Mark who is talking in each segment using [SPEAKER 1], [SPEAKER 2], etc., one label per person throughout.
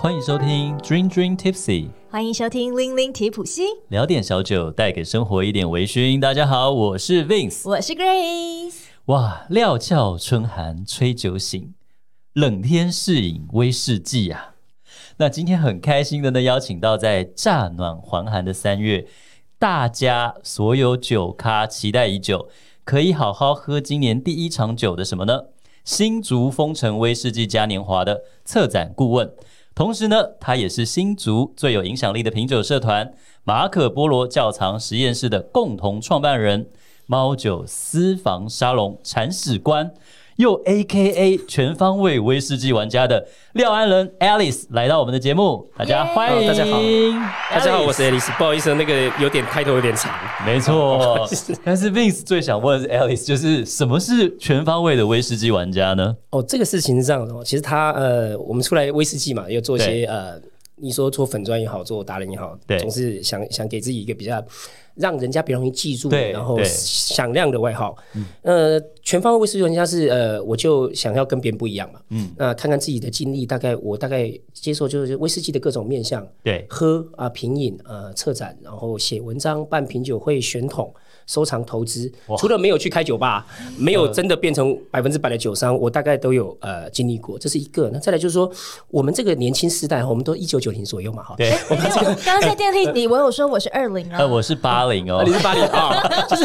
[SPEAKER 1] 欢迎收听 Dream Dream Tipsy，
[SPEAKER 2] 欢迎收听《零零提普西》，
[SPEAKER 1] 聊点小酒，带给生活一点微醺。大家好，我是 Vince。
[SPEAKER 2] 我是 Grace。
[SPEAKER 1] 哇，料峭春寒吹酒醒，冷天适饮威士忌啊。那今天很开心的呢，邀请到在乍暖还寒的三月，大家所有酒咖期待已久，可以好好喝今年第一场酒的什么呢？新竹丰城威士忌嘉年华的策展顾问，同时呢，他也是新竹最有影响力的品酒社团马可波罗窖藏实验室的共同创办人，猫酒私房沙龙铲屎官，又 A K A 全方位威士忌玩家的廖安仁 Alice 来到我们的节目，大家
[SPEAKER 2] Yay！
[SPEAKER 1] 欢迎。
[SPEAKER 3] 大家好
[SPEAKER 1] Alice
[SPEAKER 3] 大家好，我是 Alice，不好意思，那个有点开头有点长。
[SPEAKER 1] 没 错，但是 Vince 最想问的是 Alice，就是什么是全方位的威士忌玩家呢？
[SPEAKER 3] 哦，这个事情是这样的哦，其实他呃，我们出来威士忌嘛，有做一
[SPEAKER 1] 对
[SPEAKER 3] 些呃，你说做粉砖也好，做达人也好，
[SPEAKER 1] 对
[SPEAKER 3] 总是想想给自己一个比较让人家比较容易记住，
[SPEAKER 1] 对
[SPEAKER 3] 然后
[SPEAKER 1] 对
[SPEAKER 3] 响亮的外号。呃，全方位威士忌玩家是呃，我就想要跟别人不一样嘛，嗯，那、看看自己的经历，大概我大概接受就是威士忌的各种面向，
[SPEAKER 1] 对，
[SPEAKER 3] 喝啊、品饮啊、呃策展，然后写文章、办品酒会、选桶、收藏、投资。除了没有去开酒吧，没有真的变成百分之百的酒商，我大概都有呃经历过，这是一个。那再来就是说，我们这个年轻时代，我们都一九九零左右嘛，哈，
[SPEAKER 1] 对，
[SPEAKER 2] 没有，刚刚在电梯里我有说我是二零 啊
[SPEAKER 1] 呃，，我是八零哦
[SPEAKER 3] 啊，你，是八零 啊，就是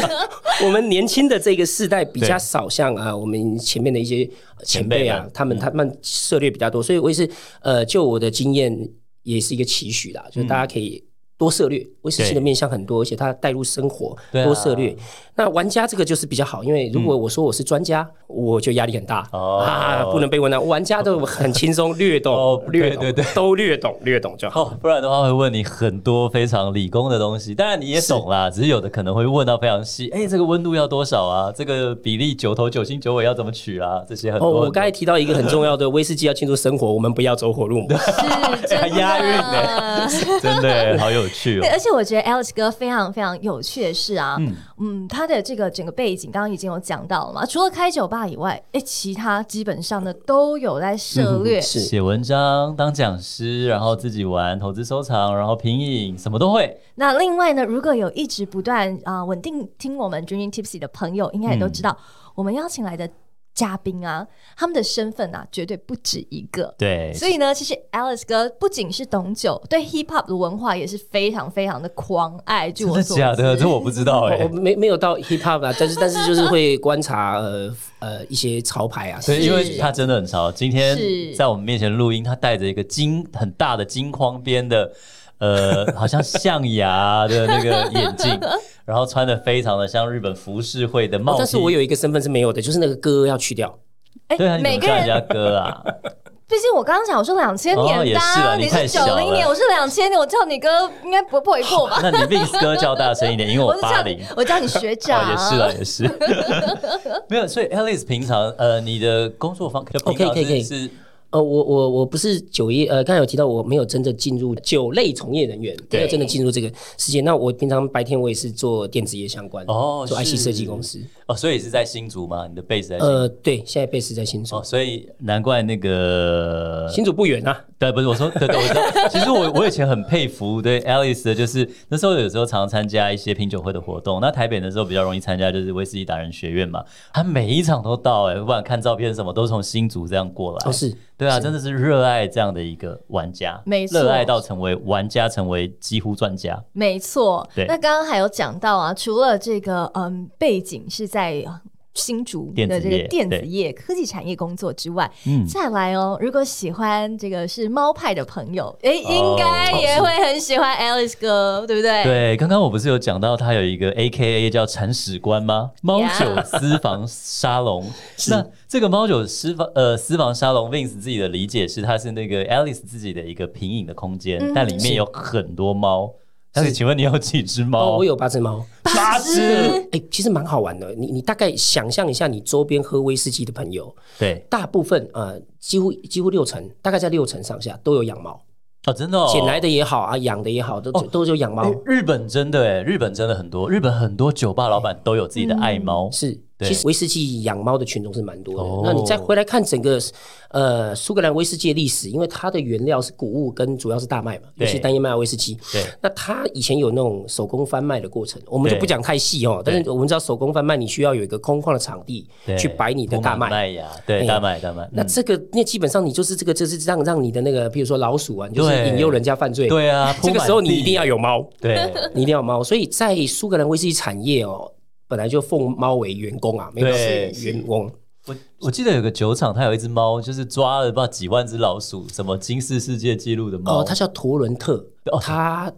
[SPEAKER 3] 我们年轻的这个世代比较少像啊，我们前面的一些前
[SPEAKER 1] 前
[SPEAKER 3] 辈
[SPEAKER 1] 辈嗯
[SPEAKER 3] 啊
[SPEAKER 1] 们，
[SPEAKER 3] 他们他们涉猎比较多，所以我也是呃，就我的经验也是一个期许
[SPEAKER 1] 嗯
[SPEAKER 3] 啦，就是大家可以。多涉猎，威士忌的面向很多，而且它带入生活，
[SPEAKER 1] 对啊
[SPEAKER 3] 多涉猎。那玩家这个就是比较好，因为如果我说我是专家，我就压力很大、
[SPEAKER 1] 嗯哦
[SPEAKER 3] 啊，不能被问到。玩家都很轻松，略懂，
[SPEAKER 1] 哦
[SPEAKER 3] 略懂，
[SPEAKER 1] 对对
[SPEAKER 3] 都略懂，略懂就好。
[SPEAKER 1] 哦，不然的话会问你很多非常理工的东西，当然你也懂啦，只是有的可能会问到非常细，哎，这个温度要多少啊？这个比例九头九心九尾要怎么取啊？这些很
[SPEAKER 3] 哦，
[SPEAKER 1] 多
[SPEAKER 3] 我刚才提到一个很重要的，威 士忌要庆祝生活，我们不要走火入魔。
[SPEAKER 2] 是真
[SPEAKER 1] 还
[SPEAKER 2] 的
[SPEAKER 1] 押韵呢。 真的好有趣哦
[SPEAKER 2] 对，，而且我觉得 Alex 哥非常非常有趣的是啊，嗯他的这个整个背景刚刚已经有讲到了嘛，除了开酒吧以外，哎，其他基本上呢都有在涉猎，
[SPEAKER 3] 是
[SPEAKER 1] 写文章、当讲师，然后自己玩投资收藏，然后品饮，什么都会。
[SPEAKER 2] 那另外呢，如果有一直不断啊、稳定听我们 Dreaming Tipsy 的朋友，应该也都
[SPEAKER 1] 嗯
[SPEAKER 2] 知道，我们邀请来的嘉宾啊，他们的身份啊，绝对不止一个。
[SPEAKER 1] 对，
[SPEAKER 2] 所以呢，其实 Alice 哥不仅是懂酒，对 hip hop 的文化也是非常非常的狂爱。据
[SPEAKER 1] 真
[SPEAKER 2] 我
[SPEAKER 1] 的
[SPEAKER 2] 所
[SPEAKER 1] 假的？
[SPEAKER 2] 知
[SPEAKER 1] 这我不知道哎、
[SPEAKER 3] 我我哦没没有到 hip hop 啦，但是但是就是会观察呃呃一些潮牌啊，
[SPEAKER 1] 对，
[SPEAKER 2] 是
[SPEAKER 1] 因为他真的很潮。今天
[SPEAKER 2] 是
[SPEAKER 1] 在我们面前录音，他带着一个金很大的金框边的， 呃，好像象牙的那个眼镜，然后穿的非常的像日本浮世绘的帽
[SPEAKER 3] 哦
[SPEAKER 1] 子。
[SPEAKER 3] 但是我有一个身份是没有的，就是那个歌要去掉。
[SPEAKER 2] 哎、
[SPEAKER 1] 对啊，你怎
[SPEAKER 2] 每
[SPEAKER 1] 么
[SPEAKER 2] 个
[SPEAKER 1] 叫人
[SPEAKER 2] 人，
[SPEAKER 1] 家哥 啊？
[SPEAKER 2] 毕竟我刚刚讲我是两千
[SPEAKER 1] 哦
[SPEAKER 2] 年
[SPEAKER 1] 也
[SPEAKER 2] 的、
[SPEAKER 1] 是啊你
[SPEAKER 2] 你
[SPEAKER 1] 太
[SPEAKER 2] 是
[SPEAKER 1] 小
[SPEAKER 2] 九零年，
[SPEAKER 1] 了
[SPEAKER 2] 我是两千年，我叫你哥应该不不为过吧？
[SPEAKER 1] 那你 Vince 哥叫大声一点，因为
[SPEAKER 2] 我
[SPEAKER 1] 我
[SPEAKER 2] 是
[SPEAKER 1] 哦八
[SPEAKER 2] 叫
[SPEAKER 1] 零
[SPEAKER 2] 你。，我叫你学
[SPEAKER 1] 哦，
[SPEAKER 2] 长，
[SPEAKER 1] 也是啦，也是， 没有。所以 Alice 平常呃，你的工作方就平常
[SPEAKER 3] 哦 OK，可以可以
[SPEAKER 1] 是是
[SPEAKER 3] 呃，我我我不是酒业，呃，刚才有提到我没有真的进入酒类从业人员，
[SPEAKER 1] 对
[SPEAKER 3] 没有真的进入这个世界。那我平常白天我也是做电子业相关，
[SPEAKER 1] 哦
[SPEAKER 3] 做
[SPEAKER 1] 是
[SPEAKER 3] IC 设计公司。
[SPEAKER 1] 哦，所以是在新竹吗？你的 base 在新竹
[SPEAKER 3] 呃，对，现在贝斯在新竹
[SPEAKER 1] 哦，，所以难怪那个
[SPEAKER 3] 新竹不远啊。
[SPEAKER 1] 对，不是我说，对对，我说，其实我我以前很佩服对 Alice 的，就是那时候有时候常常参加一些品酒会的活动。那台北的时候比较容易参加，就是威士忌达人学院嘛，他每一场都到、哎，不管看照片什么，都从新竹这样过来。
[SPEAKER 3] 哦，是
[SPEAKER 1] 对啊，真的是热爱这样的一个玩家，
[SPEAKER 2] 没错
[SPEAKER 1] 热爱到成为玩家，成为几乎专家。
[SPEAKER 2] 没错，
[SPEAKER 1] 对
[SPEAKER 2] 那刚刚还有讲到啊，除了这个嗯背景是在呃新竹
[SPEAKER 1] 电
[SPEAKER 2] 的
[SPEAKER 1] 子
[SPEAKER 2] 这个
[SPEAKER 1] 业
[SPEAKER 2] 电子
[SPEAKER 1] 对
[SPEAKER 2] 业科技产业工作之外，
[SPEAKER 1] 嗯
[SPEAKER 2] 再来哦，如果喜欢这个是猫派的朋友，哎、应该
[SPEAKER 1] 哦
[SPEAKER 2] 也会很喜欢 Alice 哥，对不对？
[SPEAKER 1] 对，刚刚我不是有讲到他有一个 A K A 叫铲屎官吗？猫酒私房沙龙。那这个猫酒私房呃私房沙龙，Vince 自己的理解是，它是那个 Alice 自己的一个品饮的空间，
[SPEAKER 2] 嗯
[SPEAKER 1] 但里面有很多猫。但是请问你有几只猫？
[SPEAKER 3] 哦，我有八只猫。
[SPEAKER 1] 八只。
[SPEAKER 3] 哎、其实蛮好玩的。你你大概想象一下，你周边喝威士忌的朋友，
[SPEAKER 1] 对，
[SPEAKER 3] 大部分呃，几乎几乎六成，大概在六成上下都有养猫，
[SPEAKER 1] 哦，真的哦。
[SPEAKER 3] 捡来的也好啊，养的也好，都、
[SPEAKER 1] 哦
[SPEAKER 3] 都有养猫
[SPEAKER 1] 哎。日本真的哎，日本真的很多，日本很多酒吧老板都有自己的爱猫。
[SPEAKER 3] 嗯是
[SPEAKER 1] 对
[SPEAKER 3] 其实威士忌养猫的品种是蛮多的。
[SPEAKER 1] 哦
[SPEAKER 3] 那你再回来看整个呃苏格兰威士忌的历史，因为它的原料是谷物跟主要是大麦嘛，尤
[SPEAKER 1] 对
[SPEAKER 3] 其单一麦芽威士忌。
[SPEAKER 1] 对
[SPEAKER 3] 那它以前有那种手工翻麦的过程，我们就
[SPEAKER 1] 对
[SPEAKER 3] 不讲太细哦。但是我们知道手工翻麦，你需要有一个空旷的场地
[SPEAKER 1] 对
[SPEAKER 3] 去摆你的
[SPEAKER 1] 铺
[SPEAKER 3] 大
[SPEAKER 1] 满
[SPEAKER 3] 麦。
[SPEAKER 1] 麦芽，对
[SPEAKER 3] 哎呀
[SPEAKER 1] 大麦大麦，
[SPEAKER 3] 那
[SPEAKER 1] 嗯
[SPEAKER 3] 这个，那基本上你就是这个，就是让让你的那个，比如说老鼠啊，你就是
[SPEAKER 1] 对
[SPEAKER 3] 引诱人家犯罪。
[SPEAKER 1] 对啊，
[SPEAKER 3] 这个时候你一定
[SPEAKER 1] 要
[SPEAKER 3] 要有猫，
[SPEAKER 1] 对
[SPEAKER 3] 你一定要有猫。所以在苏格兰威士忌产业哦，本来就奉猫为员工啊，没有
[SPEAKER 1] 对
[SPEAKER 3] 是员工。
[SPEAKER 1] 我我记得有个酒厂，它有一只猫，就是抓了不知道几万只老鼠，什么金氏世界纪录的猫，
[SPEAKER 3] 哦，他叫图伦特
[SPEAKER 1] 哦，
[SPEAKER 3] 他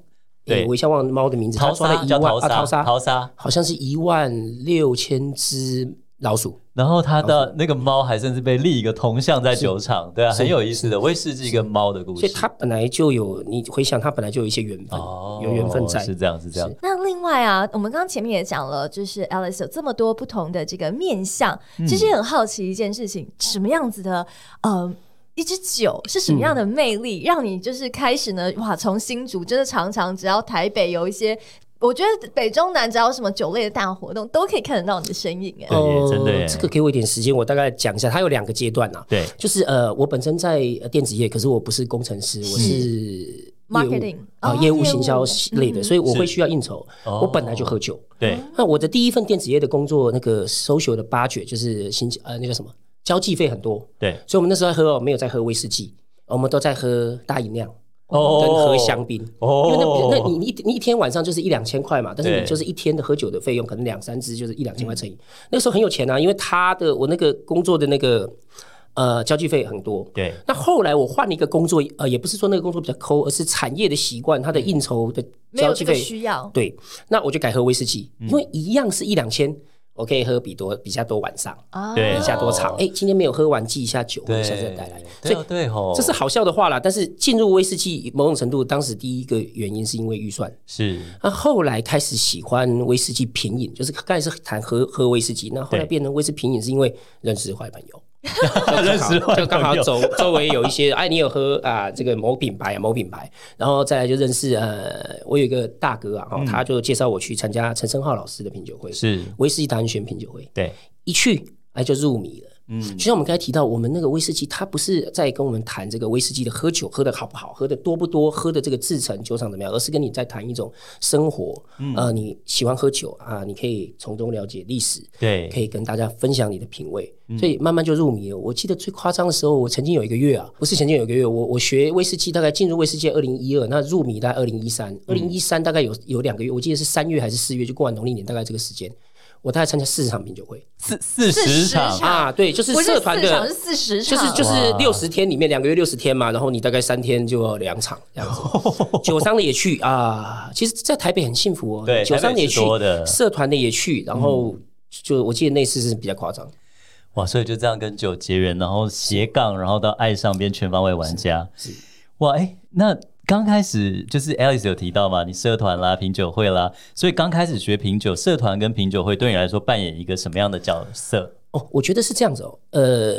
[SPEAKER 1] 对
[SPEAKER 3] 诶我一下忘了猫的名字，他
[SPEAKER 1] 淘
[SPEAKER 3] 抓了
[SPEAKER 1] 沙
[SPEAKER 3] 一
[SPEAKER 1] 叫
[SPEAKER 3] 万
[SPEAKER 1] 淘
[SPEAKER 3] 啊，
[SPEAKER 1] 沙
[SPEAKER 3] 淘沙
[SPEAKER 1] 淘沙，
[SPEAKER 3] 好像是一万六千只老鼠，
[SPEAKER 1] 然后它的那个猫还甚至被立一个铜像在酒厂，对啊，很有意思的威士忌跟猫的故事，
[SPEAKER 3] 所以他本来就有，你回想他本来就有一些缘分
[SPEAKER 1] 哦，
[SPEAKER 3] 有缘分在
[SPEAKER 1] 是。这样是这样，
[SPEAKER 2] 那另外啊，我们刚刚前面也讲了，就是 Alice 有这么多不同的这个面相，
[SPEAKER 1] 嗯
[SPEAKER 2] 其实也很好奇一件事情，什么样子的呃。一支酒是什么样的魅力，让你就是开始呢？哇，从新竹真的常常只要台北有一些，我觉得北中南只要有什么酒类的大活动，都可以看得到你的身影哎、
[SPEAKER 1] 对耶真的耶
[SPEAKER 3] 哦这个给我一点时间，我大概讲一下，它有两个阶段啊。
[SPEAKER 1] 对
[SPEAKER 3] 就是呃，我本身在呃电子业，可是我不是工程师，我是
[SPEAKER 2] Marketing
[SPEAKER 3] 啊、
[SPEAKER 2] 哦
[SPEAKER 3] 业务
[SPEAKER 2] 业务
[SPEAKER 3] 行销类的，
[SPEAKER 2] 嗯
[SPEAKER 3] 所以我
[SPEAKER 1] 是
[SPEAKER 3] 会需要应酬。
[SPEAKER 1] 哦
[SPEAKER 3] 我本来就喝酒，
[SPEAKER 1] 对
[SPEAKER 3] 那我的第一份电子业的工作，那个 social 的八掘就是新呃那个什么交际费很多，
[SPEAKER 1] 对
[SPEAKER 3] 所以我们那时候在喝哦，没有在喝威士忌，我们都在喝大饮料
[SPEAKER 1] 哦
[SPEAKER 3] 跟喝香槟。因为
[SPEAKER 1] 哦，
[SPEAKER 3] 那那你你一你一天晚上就是一两千块嘛，但是
[SPEAKER 1] 对嗯
[SPEAKER 3] 你就是一天的喝酒的费用，可能两三支就是一两千块乘以。那个时候很有钱啊，因为他的我那个工作的那个呃交际费很多。
[SPEAKER 1] 对
[SPEAKER 3] 那后来我换了一个工作，呃，也不是说那个工作比较抠，而是产业的习惯，他的应酬的
[SPEAKER 2] 没
[SPEAKER 3] 交
[SPEAKER 2] 有
[SPEAKER 3] 际
[SPEAKER 2] 这个
[SPEAKER 3] 费
[SPEAKER 2] 需要，
[SPEAKER 3] 对，那我就改喝威士忌，
[SPEAKER 1] 嗯
[SPEAKER 3] 因为一样是一两千，我可以喝比多比较多晚上，
[SPEAKER 2] 啊
[SPEAKER 1] 对哦
[SPEAKER 3] 比较多场。哎、今天没有喝完，记一下酒，
[SPEAKER 1] 对，
[SPEAKER 3] 下次再来。
[SPEAKER 1] 对
[SPEAKER 3] 所
[SPEAKER 1] 啊
[SPEAKER 3] 以
[SPEAKER 1] 对吼，
[SPEAKER 3] 这是好笑的话啦，但是进入威士忌，某种程度当时第一个原因是因为预算。
[SPEAKER 1] 是
[SPEAKER 3] 那后来开始喜欢威士忌品饮，就是刚才是谈喝喝威士忌，那后来
[SPEAKER 1] 对
[SPEAKER 3] 变成威士忌品饮，是因为认识坏朋 友。
[SPEAKER 1] 认识坏
[SPEAKER 3] 就刚好
[SPEAKER 1] 朋友
[SPEAKER 3] 周周围有一些，哎，你有喝啊？这个某品牌啊，某品牌，然后再来就认识呃，我有一个大哥啊，哦他就介绍我去参加陈升浩老师的品酒会，
[SPEAKER 1] 嗯是，
[SPEAKER 3] 威士忌达人选品酒会，
[SPEAKER 1] 对
[SPEAKER 3] 一去哎就入迷了。嗯，就像我们刚才提到，我们那个威士忌，它不是在跟我们谈这个威士忌的喝酒喝的好不好，喝的多不多，喝的这个制成酒厂怎么样，而是跟你在谈一种生活。嗯，呃，你喜欢喝酒啊，你可以从中了解历史，
[SPEAKER 1] 对
[SPEAKER 3] 可以跟大家分享你的品味，所以慢慢就入迷了。我记得最夸张的时候，我曾经有一个月啊，不是曾经有一个月，我我学威士忌，大概进入威士忌二零一二，那入迷大概二零一三，二零一三大概有有两个月，我记得是三月还是四月，就过完农历年，大概这个时间，我大概参加四十场品酒会
[SPEAKER 1] 四四
[SPEAKER 2] 40
[SPEAKER 1] 十场
[SPEAKER 2] 场
[SPEAKER 3] 啊，对，就是
[SPEAKER 2] 不是
[SPEAKER 3] 社
[SPEAKER 2] 四
[SPEAKER 3] 团
[SPEAKER 2] 场
[SPEAKER 3] 的
[SPEAKER 2] 是。四十
[SPEAKER 3] 就
[SPEAKER 2] 场，
[SPEAKER 3] 是就是
[SPEAKER 1] 哇
[SPEAKER 3] 六十天里面两个月六十天嘛，然后你大概三天就要两场这 样子，
[SPEAKER 1] 哦
[SPEAKER 3] 酒商的也去啊。其实，在台北很幸福哦，
[SPEAKER 1] 对
[SPEAKER 3] 酒商的
[SPEAKER 1] 台北
[SPEAKER 3] 也
[SPEAKER 1] 是
[SPEAKER 3] 去
[SPEAKER 1] 多的，嗯
[SPEAKER 3] 社团的也去，然后就我记得那次是比较夸张。
[SPEAKER 1] 哇，所以就这样跟酒结缘，然后斜杠，然后到爱上，变全方位玩家。
[SPEAKER 3] 是是
[SPEAKER 1] 哇，哎、那刚开始就是 Alice 有提到嘛，你社团啦、品酒会啦，所以刚开始学品酒，社团跟品酒会对你来说扮演一个什么样的角色？
[SPEAKER 3] 哦，我觉得是这样子哦，呃，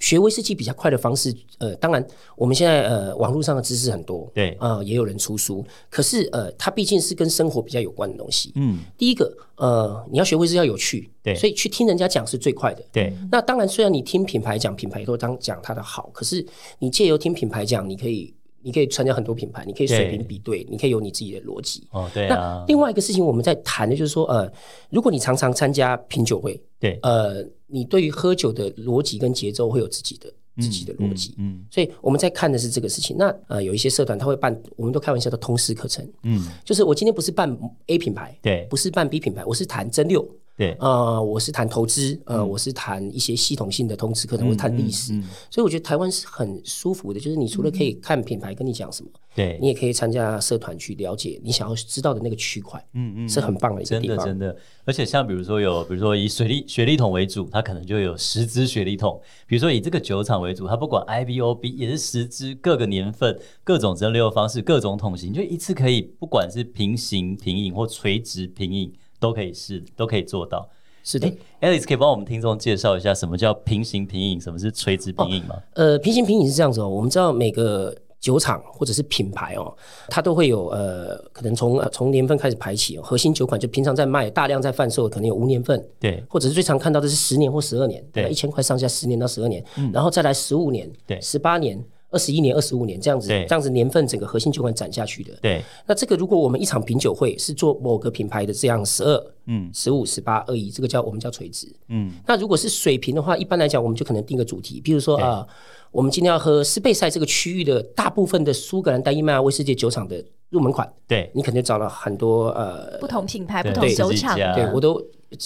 [SPEAKER 3] 学威士忌比较快的方式，呃，当然我们现在呃网络上的知识很多，
[SPEAKER 1] 对
[SPEAKER 3] 啊、也有人出书，可是呃，它毕竟是跟生活比较有关的东西。
[SPEAKER 1] 嗯，
[SPEAKER 3] 第一个，呃，你要学威士忌要有趣，
[SPEAKER 1] 对
[SPEAKER 3] 所以去听人家讲是最快的。
[SPEAKER 1] 对，
[SPEAKER 3] 那当然，虽然你听品牌讲，品牌都当讲它的好，可是你借由听品牌讲，你可以。你可以参加很多品牌，你可以水平比对，你可以有你自己的逻辑。
[SPEAKER 1] 哦，对
[SPEAKER 3] 那
[SPEAKER 1] 啊，
[SPEAKER 3] 另外一个事情，我们在谈的就是说，呃，如果你常常参加品酒会，
[SPEAKER 1] 对，
[SPEAKER 3] 呃，你对于喝酒的逻辑跟节奏会有自己的自己的逻辑。
[SPEAKER 1] 嗯
[SPEAKER 3] 所以我们在看的是这个事情。那呃，有一些社团他会办，我们都开玩笑的通识课程，
[SPEAKER 1] 嗯，嗯
[SPEAKER 3] 就是我今天不是办 A 品牌，
[SPEAKER 1] 对
[SPEAKER 3] 不是办 B 品牌，我是谈真六，
[SPEAKER 1] 对，
[SPEAKER 3] 呃，我是谈投资，呃，我是谈一些系统性的通识课程，我谈历史。
[SPEAKER 1] 嗯
[SPEAKER 3] 所以我觉得台湾是很舒服的，就是你除了可以看品牌跟你讲什么，
[SPEAKER 1] 对，
[SPEAKER 3] 你也可以参加社团去了解你想要知道的那个区块，
[SPEAKER 1] 嗯嗯
[SPEAKER 3] 是很棒的一个
[SPEAKER 1] 真
[SPEAKER 3] 地
[SPEAKER 1] 的
[SPEAKER 3] 方。
[SPEAKER 1] 真的，而且像比如说有，比如说以水利学历桶为主，它可能就有十支学历桶；比如说以这个酒厂为主，它不管 IBOB 也是十支，各个年份、各种蒸馏方式、各种桶型，就一次可以不管是平行平饮或垂直平饮都可以试，都可以做到。
[SPEAKER 3] 是的。
[SPEAKER 1] Alice 可以帮我们听众介绍一下什么叫平行平饮，什么是垂直平饮吗？
[SPEAKER 3] 哦呃，平行平饮是这样子哦，我们知道每个酒厂或者是品牌哦，它都会有呃，可能从呃从年份开始排起、哦，核心酒款就平常在卖、大量在贩售，可能有无年份，
[SPEAKER 1] 对
[SPEAKER 3] 或者是最常看到的是十年或十二年，
[SPEAKER 1] 对嗯
[SPEAKER 3] 一千块上下，十年到十二年，然后再来十五年，
[SPEAKER 1] 对
[SPEAKER 3] 十八年、二十一年、二十五年这样子，
[SPEAKER 1] 对
[SPEAKER 3] 这样子年份整个核心酒款攒下去的。
[SPEAKER 1] 对
[SPEAKER 3] 那这个如果我们一场品酒会是做某个品牌的这样十二、
[SPEAKER 1] 嗯
[SPEAKER 3] 十五、十八、二一，这个叫我们叫垂直。
[SPEAKER 1] 嗯
[SPEAKER 3] 那如果是水平的话，一般来讲我们就可能定个主题，比如说
[SPEAKER 1] 对
[SPEAKER 3] 啊、呃我们今天要喝斯贝塞这个区域的大部分的苏格兰单一麦芽威士忌酒厂的入门款，
[SPEAKER 1] 对
[SPEAKER 3] 你可能找了很多呃
[SPEAKER 2] 不同品牌、
[SPEAKER 1] 对
[SPEAKER 2] 不同酒厂
[SPEAKER 1] 对
[SPEAKER 3] 对
[SPEAKER 1] 嗯
[SPEAKER 3] 我都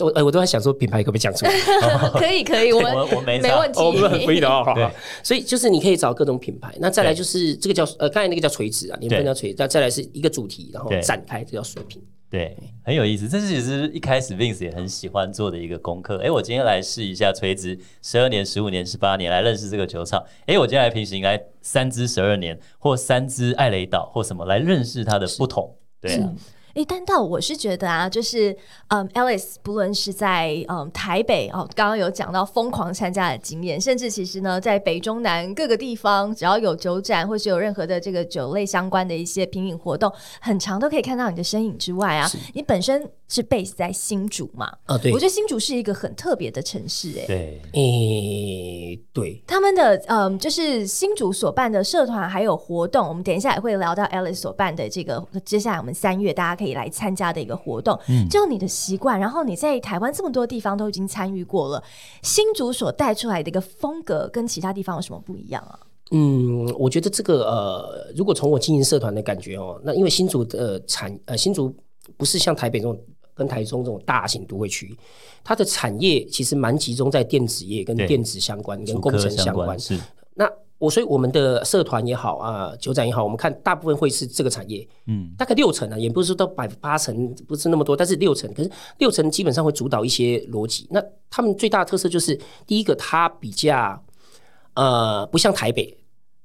[SPEAKER 3] 我呃我都在想说品牌可不可以讲出来，
[SPEAKER 2] 可以可以，我们
[SPEAKER 1] 我我没
[SPEAKER 2] 没
[SPEAKER 1] 查
[SPEAKER 2] 问题，
[SPEAKER 3] 哦，我们很贵的 哦。
[SPEAKER 1] 对
[SPEAKER 3] 所以就是你可以找各种品牌，那再来就是这个叫呃刚才那个叫垂直啊，年份
[SPEAKER 1] 对
[SPEAKER 3] 叫垂直，那再来是一个主题，然后
[SPEAKER 1] 对
[SPEAKER 3] 展开，这叫水平。
[SPEAKER 1] 对，很有意思。这是也是一开始 Vince 也很喜欢做的一个功课。哎，我今天来试一下垂直十二年、十五年、十八年，来认识这个球场。哎，我今天来平行来三支十二年，或三支艾雷岛，或什么来认识它的不同。对啊，
[SPEAKER 2] 诶，但到我是觉得啊，就是嗯，Alice 不论是在嗯台北哦，刚刚有讲到疯狂参加的经验，甚至其实呢，在北中南各个地方，只要有酒展或是有任何的这个酒类相关的一些品饮活动，很长都可以看到你的身影之外啊，你本身是 base 在新竹嘛，
[SPEAKER 3] 啊，对
[SPEAKER 2] 我觉得新竹是一个很特别的城市、诶。
[SPEAKER 1] 对，
[SPEAKER 3] 诶，对，
[SPEAKER 2] 他们的嗯，就是新竹所办的社团还有活动，我们等一下也会聊到 Alice 所办的这个，接下来我们三月大家可以来参加的一个活动。
[SPEAKER 3] 嗯
[SPEAKER 2] 就你的习惯，然后你在台湾这么多地方都已经参与过了，新竹所带出来的一个风格跟其他地方有什么不一样啊？
[SPEAKER 3] 嗯，我觉得这个呃，如果从我经营社团的感觉哦，那因为新竹的呃产呃新竹不是像台北这种跟台中这种大型都会区，它的产业其实蛮集中在电子业跟
[SPEAKER 1] 对
[SPEAKER 3] 电子相关、跟
[SPEAKER 1] 竹
[SPEAKER 3] 工
[SPEAKER 1] 科
[SPEAKER 3] 程
[SPEAKER 1] 相
[SPEAKER 3] 关
[SPEAKER 1] 关。是，
[SPEAKER 3] 那我所以我们的社团也好啊，酒展也好，我们看大部分会是这个产业，
[SPEAKER 1] 嗯，
[SPEAKER 3] 大概六成啊，也不是说到百八成，不是那么多，但是六成，可是六成基本上会主导一些逻辑。那他们最大的特色就是，第一个，它比较呃，不像台北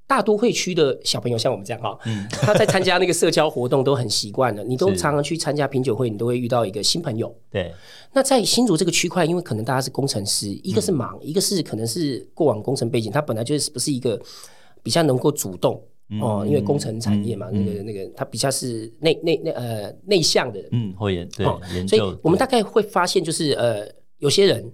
[SPEAKER 3] 大都会区的小朋友，像我们这样哈、他在参加那个社交活动都很习惯了。你都
[SPEAKER 1] 是
[SPEAKER 3] 常常去参加品酒会，你都会遇到一个新朋友。
[SPEAKER 1] 对
[SPEAKER 3] 那在新竹这个区块，因为可能大家是工程师，一个是忙，一个是可能是过往工程背景，他本来就是不是一个比较能够主动。哦，因为工程产业嘛，
[SPEAKER 1] 嗯
[SPEAKER 3] 那个那个，他比较是内内内呃内向的人，
[SPEAKER 1] 嗯，或研对
[SPEAKER 3] 哦
[SPEAKER 1] 研
[SPEAKER 3] 所以
[SPEAKER 1] 究，
[SPEAKER 3] 我们大概会发现，就是呃，有些人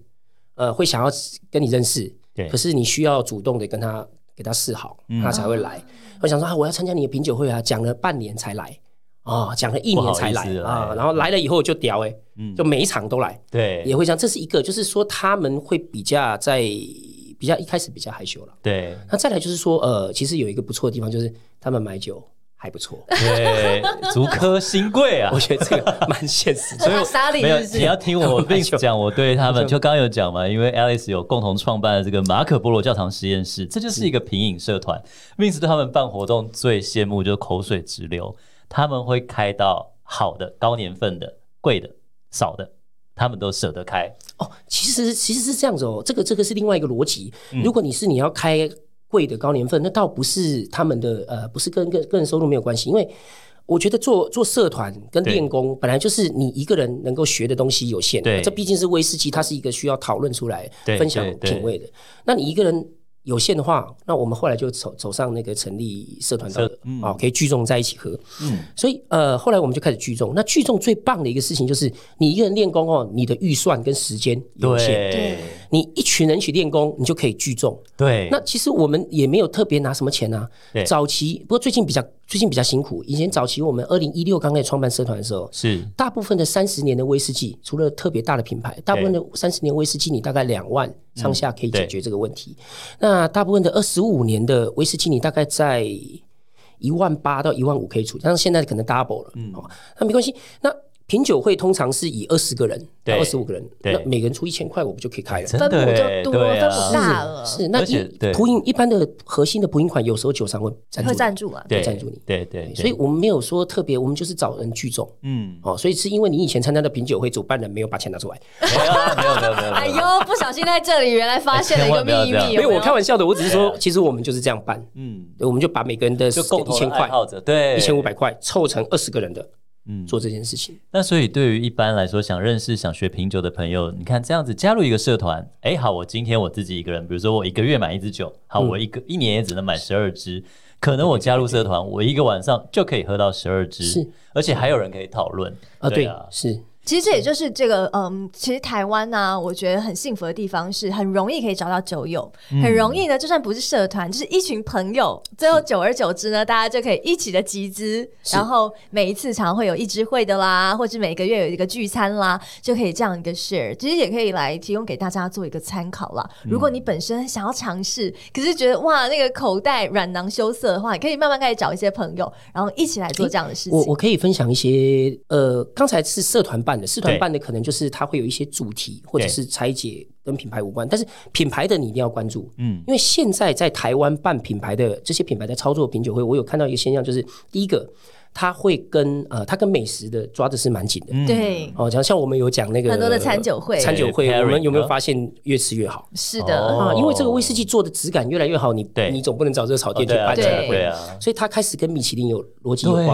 [SPEAKER 3] 呃会想要跟你认识，
[SPEAKER 1] 对嗯
[SPEAKER 3] 可是你需要主动的跟他给他示好，他才会来。我想说啊，我要参加你的品酒会啊，讲了半年才来啊，讲了一
[SPEAKER 1] 不好
[SPEAKER 3] 年
[SPEAKER 1] 意
[SPEAKER 3] 才来
[SPEAKER 1] 思
[SPEAKER 3] 啊，
[SPEAKER 1] 来
[SPEAKER 3] 然后来了以后就屌哎、就每一场都来，也
[SPEAKER 1] 嗯对
[SPEAKER 3] 会这样。这是一个，就是说他们会比较在比较一开始比较害羞了。
[SPEAKER 1] 对
[SPEAKER 3] 那再来就是说，呃，其实有一个不错的地方就是他们买酒还不错，
[SPEAKER 1] 对，竹科新贵啊
[SPEAKER 3] 我。觉得这个蛮现实的。
[SPEAKER 2] 所以沙利
[SPEAKER 1] 没有
[SPEAKER 2] 是不，
[SPEAKER 1] 你要
[SPEAKER 2] 是？
[SPEAKER 1] 听我
[SPEAKER 3] 白
[SPEAKER 1] Vince
[SPEAKER 3] 球
[SPEAKER 1] 讲，我对他 们就刚刚有讲嘛，因为 Alice 有共同创办的这个马可波罗教堂实验室，这就是一个品饮社团。Vince 对他们办活动最羡慕就是口水直流，他们会开到好的、高年份的、贵的、少的，他们都舍得开。
[SPEAKER 3] 哦，其实其实是这样子哦，这个这个是另外一个逻辑。
[SPEAKER 1] 嗯
[SPEAKER 3] 如果你是你要开贵的高年份，那倒不是他们的呃，不是跟个个人收入没有关系，因为我觉得做做社团跟
[SPEAKER 1] 对
[SPEAKER 3] 练功本来就是你一个人能够学的东西有限的
[SPEAKER 1] 对
[SPEAKER 3] 这毕竟是威士忌，它是一个需要讨论出来
[SPEAKER 1] 对
[SPEAKER 3] 分享
[SPEAKER 1] 对对
[SPEAKER 3] 品味的。那你一个人。有限的话，那我们后来就走走上那个成立社团道
[SPEAKER 1] 社
[SPEAKER 3] 德，
[SPEAKER 1] 嗯
[SPEAKER 3] 哦，可以聚众在一起喝。
[SPEAKER 1] 嗯，
[SPEAKER 3] 所以呃，后来我们就开始聚众。那聚众最棒的一个事情就是，你一个人练功哦，你的预算跟时间有限。
[SPEAKER 1] 对
[SPEAKER 3] 你一群人一起练功，你就可以聚众。
[SPEAKER 1] 对，
[SPEAKER 3] 那其实我们也没有特别拿什么钱啊
[SPEAKER 1] 对。
[SPEAKER 3] 早期不过最近比较最近比较辛苦，以前早期我们二零一六刚开始创办社团的时候，
[SPEAKER 1] 是
[SPEAKER 3] 大部分的三十年的威士忌，除了特别大的品牌，大部分的三十年威士忌，你大概两万上下可以解决这个问题。
[SPEAKER 1] 嗯
[SPEAKER 3] 那大部分的二十五年的威士忌，你大概在一万八到一万五可以处理，但是现在可能 double 了，
[SPEAKER 1] 嗯
[SPEAKER 3] 哦，那没关系。那品酒会通常是以二十个人到
[SPEAKER 1] 对
[SPEAKER 3] 二十五个人，
[SPEAKER 1] 对
[SPEAKER 3] 那每个人出一千块，我们就可以开了。
[SPEAKER 1] 真
[SPEAKER 2] 分母
[SPEAKER 1] 的耶，
[SPEAKER 2] 就多，
[SPEAKER 1] 对
[SPEAKER 2] 分
[SPEAKER 1] 啊
[SPEAKER 2] 母，大了，
[SPEAKER 3] 是，那
[SPEAKER 1] 而且
[SPEAKER 3] 一
[SPEAKER 1] 对
[SPEAKER 3] 普饮一般的核心的普饮款，有时候酒商会赞助
[SPEAKER 2] 会
[SPEAKER 3] 你，
[SPEAKER 2] 赞助啊。
[SPEAKER 1] 对
[SPEAKER 3] 赞助你
[SPEAKER 1] 对对，对
[SPEAKER 3] 所以我们没有说特别，我们就是找人聚众。
[SPEAKER 1] 嗯，
[SPEAKER 3] 哦，所以是因为你以前参加的品酒会，主办人没有把钱拿出来，
[SPEAKER 1] 没有啊没有没有没有，
[SPEAKER 2] 哎
[SPEAKER 1] 没
[SPEAKER 2] 呦
[SPEAKER 1] 有，
[SPEAKER 2] 不小心在这里原来发现了
[SPEAKER 1] 哎
[SPEAKER 2] 一
[SPEAKER 1] 千万
[SPEAKER 2] 个
[SPEAKER 1] 不要
[SPEAKER 2] 秘
[SPEAKER 1] 这样
[SPEAKER 2] 密。哦
[SPEAKER 3] 没有，我开
[SPEAKER 2] 看
[SPEAKER 3] 玩笑的，我只是说，其实我们就是这样办，
[SPEAKER 1] 嗯，
[SPEAKER 3] 对我们就把每个人的
[SPEAKER 1] 就共
[SPEAKER 3] 一
[SPEAKER 1] 同
[SPEAKER 3] 千
[SPEAKER 1] 的爱
[SPEAKER 3] 块、
[SPEAKER 1] 好者，对，
[SPEAKER 3] 一千五百块凑成二十个人的，
[SPEAKER 1] 嗯
[SPEAKER 3] 做这件事情。
[SPEAKER 1] 那所以对于一般来说想认识、想学品酒的朋友，你看这样子加入一个社团，哎，好，我今天我自己一个人，比如说我一个月买一支酒，好，我一个一年也只能买十二支，可能我加入社团，我一个晚上就可以喝到十二支
[SPEAKER 3] 是，
[SPEAKER 1] 而且还有人可以讨论
[SPEAKER 3] 啊，对
[SPEAKER 1] 啊，，
[SPEAKER 3] 是
[SPEAKER 2] 其实这也就是这个，嗯，其实台湾呢、我觉得很幸福的地方是很容易可以找到酒友，很容易呢，就算不是社团，就是一群朋友，最后久而久之呢，大家就可以一起的集资，
[SPEAKER 3] 是
[SPEAKER 2] 然后每一次常会有一支会的啦，或者每个月有一个聚餐啦，就可以这样一个 share，其实也可以来提供给大家做一个参考啦。如果你本身想要尝试，可是觉得哇那个口袋软囊羞涩的话，你可以慢慢开始找一些朋友，然后一起来做这样的事
[SPEAKER 3] 我
[SPEAKER 2] 情。
[SPEAKER 3] 我可以分享一些，呃，刚才是社团办的，社团
[SPEAKER 1] 对
[SPEAKER 3] 办的可能就是它会有一些主题或者
[SPEAKER 1] 对
[SPEAKER 3] 是拆解跟品牌无关，但是品牌的你一定要关注，
[SPEAKER 1] 嗯
[SPEAKER 3] 因为现在在台湾办品牌的这些品牌在操作品酒会，我有看到一个现象，就是第一个，它会跟呃，它跟美食的抓的是蛮紧的。
[SPEAKER 1] 嗯，
[SPEAKER 2] 对，
[SPEAKER 3] 哦，像像我们有讲那个
[SPEAKER 2] 很多的餐酒会
[SPEAKER 3] 餐酒会，
[SPEAKER 1] 对
[SPEAKER 3] 我们有没
[SPEAKER 1] pairing 嗯
[SPEAKER 3] 有发现越吃越好
[SPEAKER 2] 是的。
[SPEAKER 1] 哦
[SPEAKER 3] 啊？因为这个威士忌做的质感越来越好，你
[SPEAKER 1] 对
[SPEAKER 3] 你总不能找这个草
[SPEAKER 1] 哦
[SPEAKER 3] 店去
[SPEAKER 1] 对啊，
[SPEAKER 3] 办
[SPEAKER 2] 对
[SPEAKER 3] 餐
[SPEAKER 1] 对啊
[SPEAKER 3] 酒
[SPEAKER 1] 对
[SPEAKER 3] 会，
[SPEAKER 1] 啊，
[SPEAKER 3] 所以它开始跟米其林有逻辑有挂钩。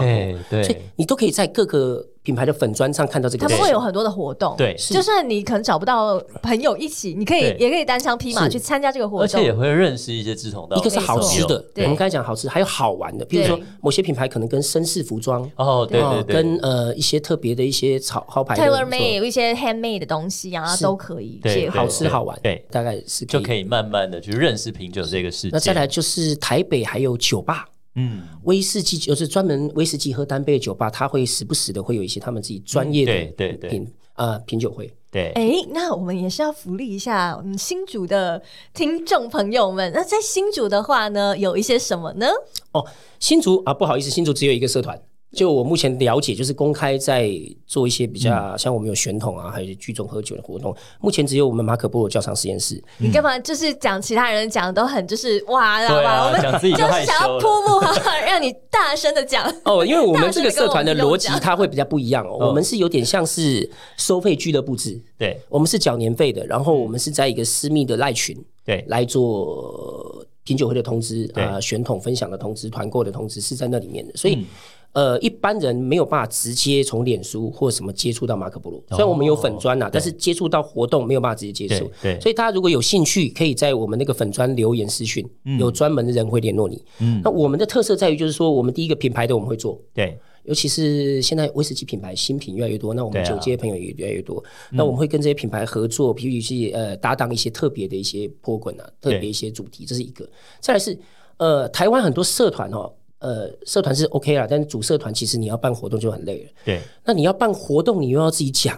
[SPEAKER 1] 对
[SPEAKER 3] 所以
[SPEAKER 1] 对
[SPEAKER 3] 你都可以在各个品牌的粉砖上看到这个
[SPEAKER 2] 他
[SPEAKER 3] 东
[SPEAKER 2] 们会
[SPEAKER 3] 西。
[SPEAKER 2] 有很多的活动，
[SPEAKER 1] 对
[SPEAKER 2] 就算你可能找不到朋友一起，你可以
[SPEAKER 1] 对
[SPEAKER 2] 也可以单枪匹马
[SPEAKER 3] 是
[SPEAKER 2] 去参加这个活
[SPEAKER 1] 而且也
[SPEAKER 2] 动。
[SPEAKER 1] 会认识一些志同道合的
[SPEAKER 3] 一个
[SPEAKER 1] 朋
[SPEAKER 3] 是
[SPEAKER 1] 友，
[SPEAKER 3] 好吃的，
[SPEAKER 2] 对
[SPEAKER 3] 我们刚才讲好吃，还有好玩的，比如
[SPEAKER 2] 对
[SPEAKER 3] 说某些品牌可能跟绅士服装。
[SPEAKER 1] 哦，对对
[SPEAKER 3] 哦，
[SPEAKER 1] 对，
[SPEAKER 3] 跟呃一些特别的一些潮号牌的
[SPEAKER 2] Tailor
[SPEAKER 3] 做
[SPEAKER 2] made 有一些 handmade 的东西啊，
[SPEAKER 3] 是
[SPEAKER 2] 都可以
[SPEAKER 1] 对
[SPEAKER 2] 结
[SPEAKER 1] 对
[SPEAKER 2] 合。
[SPEAKER 3] 好吃好玩，
[SPEAKER 1] 对
[SPEAKER 3] 大概是
[SPEAKER 1] 就可
[SPEAKER 3] 以。
[SPEAKER 1] 以慢慢的去认识品酒这个世界。
[SPEAKER 3] 那再来，就是台北还有酒吧，
[SPEAKER 1] 嗯，
[SPEAKER 3] 威士忌就是专门威士忌喝单杯的酒吧，它会时不时的会有一些他们自己专业
[SPEAKER 1] 嗯对
[SPEAKER 3] 的
[SPEAKER 1] 对对
[SPEAKER 3] 品啊品酒会。
[SPEAKER 1] 对，
[SPEAKER 2] 哎、那我们也是要福利一下我们新竹的听众朋友们。那在新竹的话呢，有一些什么呢？
[SPEAKER 3] 哦，新竹啊，不好意思，新竹只有一个社团。就我目前了解，就是公开在做一些比较、
[SPEAKER 1] 嗯
[SPEAKER 3] 像我们有选桶啊，还有聚众喝酒的活动。目前只有我们马可波罗教堂实验室，
[SPEAKER 2] 你干嘛就是讲其他人讲都很就是哇啦
[SPEAKER 1] 嗯对
[SPEAKER 2] 哇，
[SPEAKER 1] 啊
[SPEAKER 2] 我们
[SPEAKER 1] 讲自己
[SPEAKER 2] 就
[SPEAKER 1] 就是
[SPEAKER 2] 想
[SPEAKER 1] 害羞
[SPEAKER 2] 要
[SPEAKER 1] 了
[SPEAKER 2] 铺路，哈哈， 让你大声的讲。
[SPEAKER 3] 哦，因为我们这个社团的逻辑
[SPEAKER 2] 大声地跟我们听众讲
[SPEAKER 3] 它会比较不一样哦，
[SPEAKER 1] 嗯
[SPEAKER 3] 我们是有点像是收费俱乐部制，
[SPEAKER 1] 对
[SPEAKER 3] 我们是缴年费的，然后我们是在一个私密的赖群
[SPEAKER 1] 对
[SPEAKER 3] 来做品酒会的通知
[SPEAKER 1] 对
[SPEAKER 3] 啊、选桶分享的通知、团购的通知是在那里面的，所以。
[SPEAKER 1] 嗯
[SPEAKER 3] 呃，一般人没有办法直接从脸书或什么接触到马可波罗，
[SPEAKER 1] 哦
[SPEAKER 3] 虽然我们有粉砖呐、啊但是接触到活动没有办法直接接触。
[SPEAKER 1] 对对
[SPEAKER 3] 所以大家如果有兴趣，可以在我们那个粉砖留言私讯，
[SPEAKER 1] 嗯
[SPEAKER 3] 有专门的人会联络你。那我们的特色在于，就是说我们第一个品牌的我们会做，
[SPEAKER 1] 对，
[SPEAKER 3] 尤其是现在威士忌品牌新品越来越多，那我们
[SPEAKER 1] 对啊嗯
[SPEAKER 3] 酒界朋友也越来越多，那我们会跟这些品牌合作，比如是呃搭档一些特别的一些波滚啊，特
[SPEAKER 1] 对
[SPEAKER 3] 别一些主题，这是一个。再来是呃台湾很多社团哦，呃社团是 OK 啦，但是主社团其实你要办活动就很累了，
[SPEAKER 1] 对，
[SPEAKER 3] 那你要办活动你又要自己讲，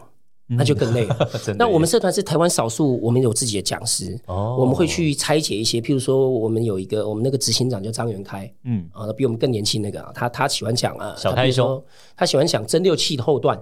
[SPEAKER 3] 那就更累了。
[SPEAKER 1] 嗯 真的
[SPEAKER 3] 那我们
[SPEAKER 1] 耶
[SPEAKER 3] 社团是台湾少数，我们有自己的讲师，
[SPEAKER 1] 哦
[SPEAKER 3] 我们会去拆解一些，譬如说我们有一个我们那个执行长叫张元开，
[SPEAKER 1] 嗯，
[SPEAKER 3] 啊，那比我们更年轻那个啊，他他喜欢讲啊，
[SPEAKER 1] 小
[SPEAKER 3] 他
[SPEAKER 1] 开
[SPEAKER 3] 比如
[SPEAKER 1] 胸
[SPEAKER 3] 说，他喜欢讲蒸馏器的后 段，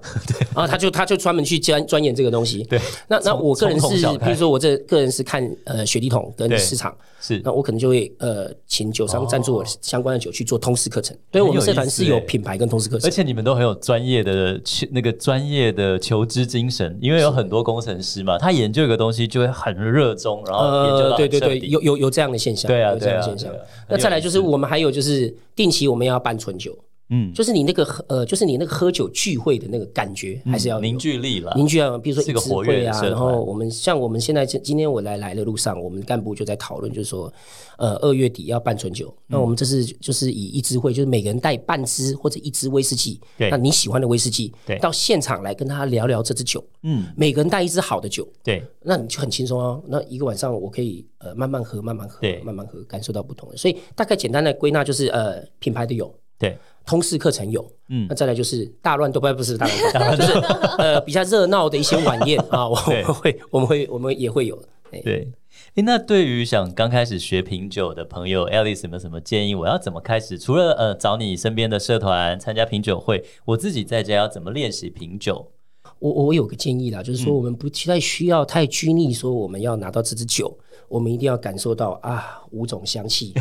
[SPEAKER 3] 然后他就他就专门去钻钻研这个东西。
[SPEAKER 1] 对，
[SPEAKER 3] 那那我个人
[SPEAKER 1] 从
[SPEAKER 3] 是，
[SPEAKER 1] 小开
[SPEAKER 3] 比如说我这个人是看呃雪地桶跟
[SPEAKER 1] 对
[SPEAKER 3] 市场，
[SPEAKER 1] 是
[SPEAKER 3] 那我可能就会呃请酒商赞助我相关的酒去做通识课程。对
[SPEAKER 1] 哦很
[SPEAKER 3] 我们
[SPEAKER 1] 有
[SPEAKER 3] 社
[SPEAKER 1] 意
[SPEAKER 3] 团
[SPEAKER 1] 思
[SPEAKER 3] 是有
[SPEAKER 1] 欸
[SPEAKER 3] 品牌跟通识课程
[SPEAKER 1] 而。且你们都很有专业的求那个专业的求知精神，因为有很多工程师嘛，他研究一个东西就会很热衷，然后哦研究到
[SPEAKER 3] 呃对
[SPEAKER 1] 很
[SPEAKER 3] 对
[SPEAKER 1] 彻
[SPEAKER 3] 对，
[SPEAKER 1] 底
[SPEAKER 3] 有有有这样的现象，
[SPEAKER 1] 对啊
[SPEAKER 3] 有这样的
[SPEAKER 1] 对啊
[SPEAKER 3] 现象
[SPEAKER 1] 对啊。
[SPEAKER 3] 那再来就是
[SPEAKER 1] 很有意思
[SPEAKER 3] 我们还有就是定期我们要办纯酒，
[SPEAKER 1] 嗯，
[SPEAKER 3] 就是你那个喝呃，就是你那个喝酒聚会的那个感觉还是要有
[SPEAKER 1] 嗯凝聚力了，
[SPEAKER 3] 邻居啊，比如说
[SPEAKER 1] 是个
[SPEAKER 3] 一致
[SPEAKER 1] 活跃
[SPEAKER 3] 会
[SPEAKER 1] 的
[SPEAKER 3] 啊，
[SPEAKER 1] 社
[SPEAKER 3] 然
[SPEAKER 1] 团
[SPEAKER 3] 后我们像我们现在今今天我来来的路上，我们干部就在讨论，就是说，呃，二月底要办春酒，
[SPEAKER 1] 嗯
[SPEAKER 3] 那我们这是就是以一支会，就是每个人带半支或者一支威士忌，
[SPEAKER 1] 对
[SPEAKER 3] 那你喜欢的威士忌
[SPEAKER 1] 对，
[SPEAKER 3] 到现场来跟他聊聊这支酒，
[SPEAKER 1] 嗯，
[SPEAKER 3] 每个人带一支好的酒，
[SPEAKER 1] 对，
[SPEAKER 3] 那你就很轻松哦。那一个晚上我可以呃慢慢喝，慢慢喝
[SPEAKER 1] 对，
[SPEAKER 3] 慢慢喝，感受到不同的。所以大概简单的归纳就是，呃，品牌的有，
[SPEAKER 1] 对，
[SPEAKER 3] 通识课程有，
[SPEAKER 1] 嗯
[SPEAKER 3] 嗯，那再来就是大乱斗，不不是大 乱斗，就是呃比较热闹的一些晚宴啊，我
[SPEAKER 1] 对
[SPEAKER 3] 们会我们会我们也会有，对
[SPEAKER 1] 对。诶那对于想刚开始学品酒的朋友，Alice 有没有什么建议？我要怎么开始？除了呃找你身边的社团参加品酒会，我自己在家要怎么练习品酒？
[SPEAKER 3] 我我有个建议啦，
[SPEAKER 1] 嗯
[SPEAKER 3] 就是说我们不太需要太拘泥，说我们要拿到这支酒，我们一定要感受到啊五种 香气、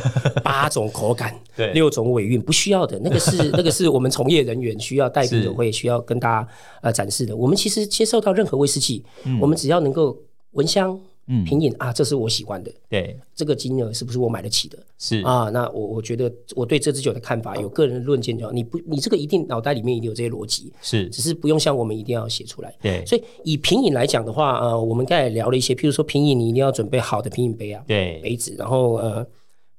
[SPEAKER 3] 八种口感、
[SPEAKER 1] 对
[SPEAKER 3] 六种尾韵，不需要的。那个是那个是我们从业人员需要带品酒会需要跟大家呃展示的。我们其实接受到任何威士忌，我们只要能够闻香、
[SPEAKER 1] 嗯
[SPEAKER 3] 品饮啊，这是我喜欢的，
[SPEAKER 1] 对，
[SPEAKER 3] 这个金额是不是我买得起的？
[SPEAKER 1] 是
[SPEAKER 3] 啊，那我我觉得我对这支酒的看法有个人的论见就哦好，你不你这个一定脑袋里面一定有这些逻辑，
[SPEAKER 1] 是，
[SPEAKER 3] 只是不用像我们一定要写出来。
[SPEAKER 1] 对
[SPEAKER 3] 所以以品饮来讲的话，呃，我们刚才也聊了一些，譬如说品饮，你一定要准备好的品饮杯啊，
[SPEAKER 1] 对
[SPEAKER 3] 杯子，然后呃，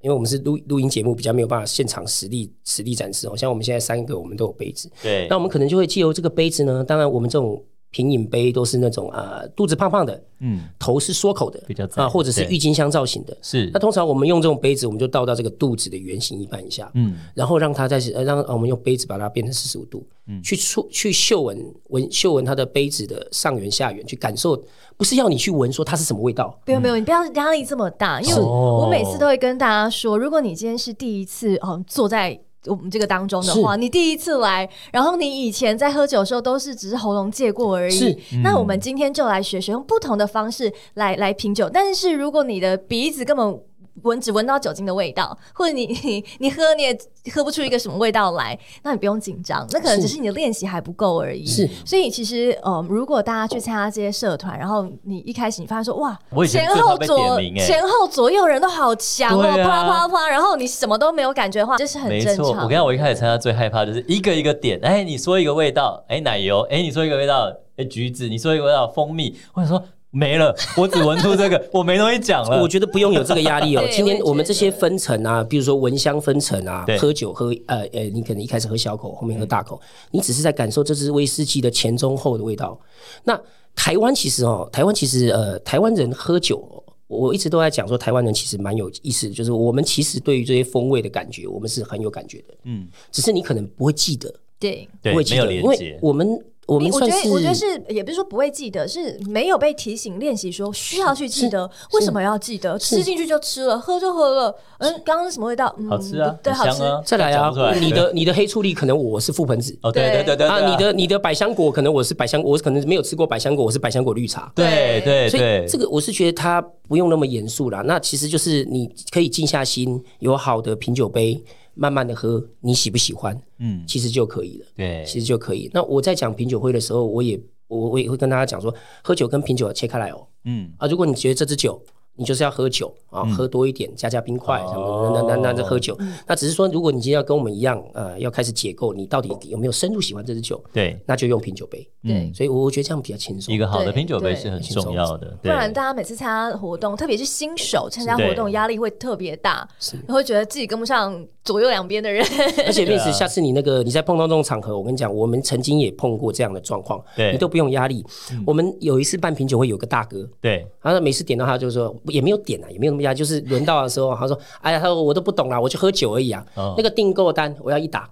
[SPEAKER 3] 因为我们是录录音节目，比较没有办法现场实地实地展示哦，像我们现在三个我们都有杯子，
[SPEAKER 1] 对
[SPEAKER 3] 那我们可能就会借由这个杯子呢，当然我们这种品饮杯都是那种呃肚子胖胖的，
[SPEAKER 1] 嗯
[SPEAKER 3] 头是缩口的，
[SPEAKER 1] 比较窄
[SPEAKER 3] 啊，或者是
[SPEAKER 1] 对
[SPEAKER 3] 郁金香造型的。
[SPEAKER 1] 是
[SPEAKER 3] 那，通常我们用这种杯子，我们就倒到这个肚子的圆形一半以下，
[SPEAKER 1] 嗯
[SPEAKER 3] 然后让它在呃让呃我们用杯子把它变成四十五度，
[SPEAKER 1] 嗯
[SPEAKER 3] 去触去嗅闻闻嗅闻它的杯子的上缘下缘，去感受，不是要你去闻说它是什么味道，
[SPEAKER 2] 不用不用，你不要压力这么大，因为我
[SPEAKER 1] 哦
[SPEAKER 2] 我每次都会跟大家说，如果你今天是第一次嗯坐在。我们这个当中的话，你第一次来，然后你以前在喝酒的时候都是只是喉咙借过而
[SPEAKER 3] 是嗯
[SPEAKER 2] 已。那我们今天就来学学用不同的方式来来品酒。但是如果你的鼻子根本闻只闻到酒精的味道，或者你 你你喝你也喝不出一个什么味道来，那你不用紧张，那可能
[SPEAKER 3] 是
[SPEAKER 2] 只是你的练习还不够而已。
[SPEAKER 3] 是，
[SPEAKER 2] 所以其实呃，如果大家去参加这些社团，然后你一开始你发现说哇，
[SPEAKER 1] 我以前
[SPEAKER 2] 前
[SPEAKER 1] 最怕
[SPEAKER 2] 后
[SPEAKER 1] 被
[SPEAKER 2] 左
[SPEAKER 1] 点名欸
[SPEAKER 2] 前后左右人都好强哦，
[SPEAKER 1] 对啊
[SPEAKER 2] 啪啪啪，然后你什么都没有感觉的话，这是很
[SPEAKER 1] 没
[SPEAKER 2] 正
[SPEAKER 1] 错，
[SPEAKER 2] 常
[SPEAKER 1] 我。看我一开始参加最害怕就是一个一个点，哎，你说一个味道，哎，奶油，哎，你说一个味道，哎，橘子，你说一个味道，蜂蜜，我想说没了，我只闻出这个， 我没东西讲了
[SPEAKER 3] 我。觉得不用有这个压力哦
[SPEAKER 2] 对。
[SPEAKER 3] 今天
[SPEAKER 2] 我也觉得
[SPEAKER 3] 我们这些分层啊，比如说蚊香分层啊
[SPEAKER 1] 对，
[SPEAKER 3] 喝酒喝呃呃，你可能一开始喝小口，后面喝大口，你只是在感受这支威士忌的前中后的味道。那台湾其实哦，台湾其实呃，台湾人喝酒哦。我一直都在讲说，台湾人其实蛮有意思的，就是我们其实对于这些风味的感觉，我们是很有感觉的。
[SPEAKER 1] 嗯，
[SPEAKER 3] 只是你可能不会记得，
[SPEAKER 2] 对，
[SPEAKER 1] 对，
[SPEAKER 3] 不会
[SPEAKER 1] 没
[SPEAKER 3] 记
[SPEAKER 1] 有
[SPEAKER 3] 得，
[SPEAKER 1] 连
[SPEAKER 3] 因为
[SPEAKER 1] 接，
[SPEAKER 3] 我们我
[SPEAKER 2] 你
[SPEAKER 3] 们
[SPEAKER 2] 我觉
[SPEAKER 3] 算
[SPEAKER 2] 得我觉得是，也不是说不会记得，是没有被提醒练习说需要去记得，为什么要记得？吃进去就吃了，喝就喝了，嗯，刚刚是什么味道？嗯，
[SPEAKER 1] 好吃啊
[SPEAKER 2] 不，对，好
[SPEAKER 1] 很
[SPEAKER 2] 吃
[SPEAKER 1] 香。啊，
[SPEAKER 3] 再来
[SPEAKER 1] 讲
[SPEAKER 3] 啊
[SPEAKER 1] 不出来，
[SPEAKER 3] 你的你的黑醋栗可能我是覆盆子，
[SPEAKER 1] 哦，对对对对，
[SPEAKER 3] 啊，
[SPEAKER 1] 对
[SPEAKER 3] 你的你的百香果可能我是百香，我可能没有吃过百香果，我是百香果绿茶。
[SPEAKER 1] 对对
[SPEAKER 3] 所
[SPEAKER 1] 哎对
[SPEAKER 3] 以，这个我是觉得它不用那么严肃啦。那其实就是你可以静下心，有好的品酒杯，慢慢的喝，你喜不喜欢，
[SPEAKER 1] 嗯，
[SPEAKER 3] 其实就可以了，
[SPEAKER 1] 对，
[SPEAKER 3] 其实就可以。那我在讲品酒会的时候，我也我我也会跟大家讲说，喝酒跟品酒切开来哦。
[SPEAKER 1] 嗯，
[SPEAKER 3] 啊，如果你觉得这支酒，你就是要喝酒啊，喝多一点，加加冰块什么
[SPEAKER 1] 哦
[SPEAKER 3] 的，那那那就喝酒。那只是说，如果你今天要跟我们一样，呃，要开始解构，你到底有没有深入喜欢这支酒？
[SPEAKER 1] 对，
[SPEAKER 3] 那就用品酒杯。
[SPEAKER 1] 嗯，
[SPEAKER 3] 所以我觉得这样比较轻松
[SPEAKER 1] 一。个好的
[SPEAKER 2] 对
[SPEAKER 1] 品酒杯
[SPEAKER 2] 对
[SPEAKER 1] 是很
[SPEAKER 3] 轻松
[SPEAKER 1] 重要的，
[SPEAKER 2] 不
[SPEAKER 1] 对，
[SPEAKER 2] 然大家每次参加活动，特别是新手参加活动，
[SPEAKER 1] 对
[SPEAKER 2] 压力会特别大
[SPEAKER 3] 是，
[SPEAKER 2] 然后觉得自己跟不上左右两边的人。
[SPEAKER 3] 而且，面
[SPEAKER 1] 对啊
[SPEAKER 3] 试下次你那个你在碰到这种场合，我跟你讲，我们曾经也碰过这样的状况，
[SPEAKER 1] 对嗯
[SPEAKER 3] 你都不用压力。我们有一次办品酒会，有个大哥，
[SPEAKER 1] 对，
[SPEAKER 3] 然后每次点到他就说也没有点啊，也没有那么压力，就是轮到的时候，他说：“哎呀，他说我都不懂啦，我去喝酒而已啊。
[SPEAKER 1] 哦
[SPEAKER 3] 那个订购单我要 一打，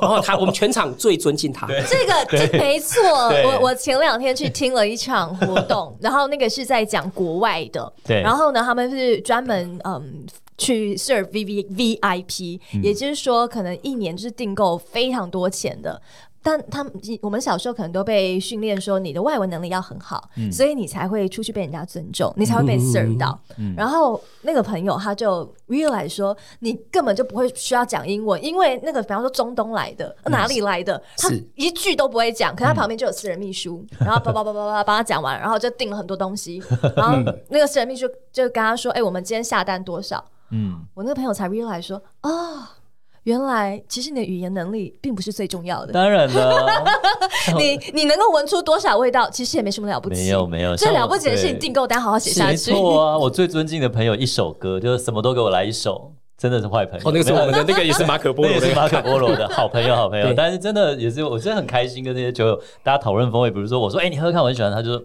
[SPEAKER 3] 然后他我们全场最尊敬他。
[SPEAKER 2] 这个这没错，
[SPEAKER 1] 对
[SPEAKER 2] 我我前两天去听了一场活 动，然后那个是在讲国外的，
[SPEAKER 1] 对
[SPEAKER 2] 然后呢，他们是专门嗯。去 serve V V V I P，、也
[SPEAKER 1] 嗯
[SPEAKER 2] 就是说，可能一年就是订购非常多钱的。但他们我们小时候可能都被训练说，你的外文能力要很好，所以你才会出去被人家尊重，你才会被 serve 到。然后那个朋友他就 realize 说，你根本就不会需要讲英文，因为那个比方说中东来的、呃哪里来的，他
[SPEAKER 3] 是
[SPEAKER 2] 一句都不会讲，可他旁边就有私人秘书，然后叭叭叭叭叭帮他讲完，然后就订了很多东西，然后那个私人秘书就跟他说：“哎、我们今天下单多少
[SPEAKER 1] 嗯，？”
[SPEAKER 2] 我那个朋友才 realize 说：“哦，原来其实你的语言能力并不是最重要的，
[SPEAKER 1] 当然了，
[SPEAKER 2] 你你能够闻出多少味道，其实也没什么 了不起。
[SPEAKER 1] 没有没有，
[SPEAKER 2] 最
[SPEAKER 1] 像
[SPEAKER 2] 了
[SPEAKER 1] 我
[SPEAKER 2] 不起的是你
[SPEAKER 1] 对
[SPEAKER 2] 订购单好好写下
[SPEAKER 1] 没
[SPEAKER 2] 去。
[SPEAKER 1] 错啊，我最尊敬的朋友一首歌，就是什么都给我来一首，真的是坏朋友。没有
[SPEAKER 3] 的，哦那个也是马可
[SPEAKER 1] 那也是马可波 罗的好朋友，好朋友。
[SPEAKER 3] 对
[SPEAKER 1] 但是真的也是，我真的很开心跟这些酒友大家讨论风味。比如说，我说：“哎、你喝喝看，我很喜欢。”他就说：“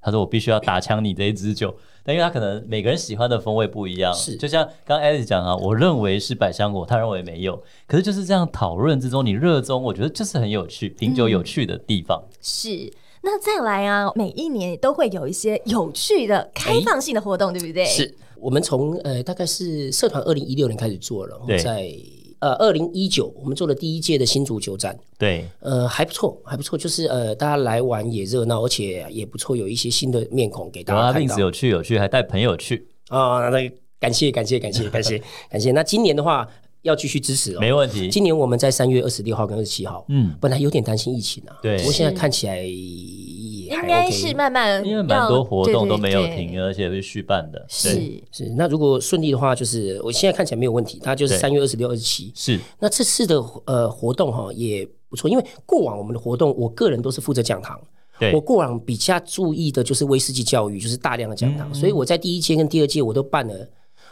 [SPEAKER 1] 他说我必须要打枪你这一支酒。”但因为他可能每个人喜欢的风味不一样，
[SPEAKER 3] 是
[SPEAKER 1] 就像刚刚 Alice 讲啊，我认为是百香果，他认为没有。可是就是这样讨论之中，你热衷，我觉得这是很有趣，品酒有趣的地方。
[SPEAKER 3] 嗯
[SPEAKER 2] 是。那再来啊，每一年都会有一些有趣的开放性的活动，对不对？
[SPEAKER 3] 是我们从呃大概是社团二零一六年开始做了，然后
[SPEAKER 1] 对
[SPEAKER 3] 在呃二零一九我们做了第一届的新足球展，
[SPEAKER 1] 对，
[SPEAKER 3] 呃还不错，还不错，就是呃大家来玩也热闹，而且也不错，有一些新的面孔给大
[SPEAKER 1] 然后
[SPEAKER 3] 家
[SPEAKER 1] 他
[SPEAKER 3] 看
[SPEAKER 1] 平
[SPEAKER 3] 到
[SPEAKER 1] 时有趣有趣，还带朋友去，
[SPEAKER 3] 啊，那感谢感谢感谢 感谢感谢。那今年的话要继续支持哦，
[SPEAKER 1] 没问题。
[SPEAKER 3] 今年我们在三月二十六号跟二十七号，
[SPEAKER 1] 嗯，
[SPEAKER 3] 本来有点担心疫情啊，
[SPEAKER 1] 对
[SPEAKER 3] 不过现在看起来也也还
[SPEAKER 2] 应
[SPEAKER 3] OK。
[SPEAKER 2] 该是慢
[SPEAKER 3] 呃
[SPEAKER 2] 慢
[SPEAKER 1] 因为蛮多
[SPEAKER 2] 要
[SPEAKER 1] 活
[SPEAKER 2] 对
[SPEAKER 1] 动
[SPEAKER 2] 对
[SPEAKER 1] 都没有
[SPEAKER 2] 对
[SPEAKER 1] 停，而且是续办的。对，
[SPEAKER 2] 是
[SPEAKER 3] 是，那如果顺利的话，就是我现在看起来没有问题，它就是
[SPEAKER 1] 对
[SPEAKER 3] 三月二十六、二十七。
[SPEAKER 1] 是
[SPEAKER 3] 那这次的呃活动哈也不错，因为过往我们的活动，我个人都是负责讲堂。
[SPEAKER 1] 对
[SPEAKER 3] 我过往比较注意的就是威士忌教育，就是大量的讲
[SPEAKER 1] 嗯
[SPEAKER 3] 堂，所以我在第一届跟第二届我都办了，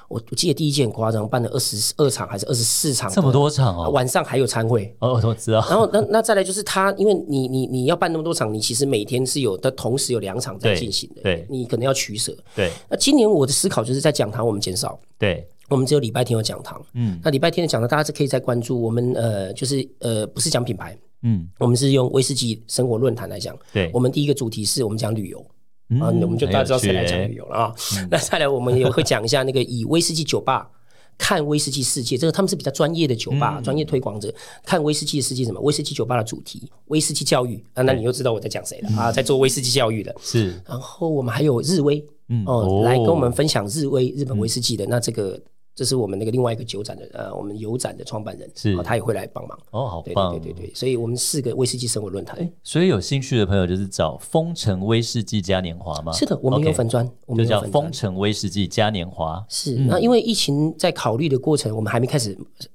[SPEAKER 3] 我我记得第一届很夸张，办了二十二场还是二十四场，
[SPEAKER 1] 这么多场
[SPEAKER 3] 啊，
[SPEAKER 1] 哦，
[SPEAKER 3] 晚上还有餐会。
[SPEAKER 1] 哦，我都知道。
[SPEAKER 3] 然后那那再来就是他，因为你你你要办那么多场，你其实每天是有的，同时有两场在
[SPEAKER 1] 对
[SPEAKER 3] 进行的，
[SPEAKER 1] 对
[SPEAKER 3] 你可能要取舍。
[SPEAKER 1] 对
[SPEAKER 3] 那今年我的思考就是在讲堂我们减少，
[SPEAKER 1] 对，
[SPEAKER 3] 我们只有礼拜天有讲堂，
[SPEAKER 1] 嗯
[SPEAKER 3] 那礼拜天的讲堂大家是可以再关注我们呃就是呃不是讲品牌，
[SPEAKER 1] 嗯，
[SPEAKER 3] 我们是用威士忌生活论坛来讲，
[SPEAKER 1] 对
[SPEAKER 3] 呃我们第一个主题是我们讲旅游。
[SPEAKER 1] 嗯
[SPEAKER 3] 啊，我们就大家知道谁来讲
[SPEAKER 1] 很
[SPEAKER 3] 旅
[SPEAKER 1] 有趣嗯
[SPEAKER 3] 游了啊。那再来，我们也会讲一下那个以威士忌酒吧看威士忌世界，这个他们是比较专业的酒
[SPEAKER 1] 嗯
[SPEAKER 3] 吧，专业推广者看威士忌的世界是什么？威士忌酒吧的主题，威士忌教育啊，那你又知道我在讲谁了
[SPEAKER 1] 嗯
[SPEAKER 3] 啊，在做威士忌教育的。
[SPEAKER 1] 是
[SPEAKER 3] 然后我们还有日威，
[SPEAKER 1] 嗯
[SPEAKER 3] 哦，来跟我们
[SPEAKER 1] 哦嗯
[SPEAKER 3] 分享日威日本威士忌的。那这个这是我们那个另外一个酒展的呃，我们油展的创办人，
[SPEAKER 1] 是
[SPEAKER 3] 哦他也会来帮忙。
[SPEAKER 1] 哦，好
[SPEAKER 3] 对
[SPEAKER 1] 棒，哎
[SPEAKER 3] 对对对对，所以我们四个威士忌生活论坛。
[SPEAKER 1] 所以有兴趣的朋友就是找丰城威士忌嘉年华吗？
[SPEAKER 3] 是的，我们有
[SPEAKER 1] 啊 OK，
[SPEAKER 3] 粉砖，我
[SPEAKER 1] 就
[SPEAKER 3] 们有
[SPEAKER 1] 叫嗯
[SPEAKER 3] 粉砖
[SPEAKER 1] 丰。城威士忌嘉年华。
[SPEAKER 3] 是，那因为疫情在考虑的过程，我们还没开始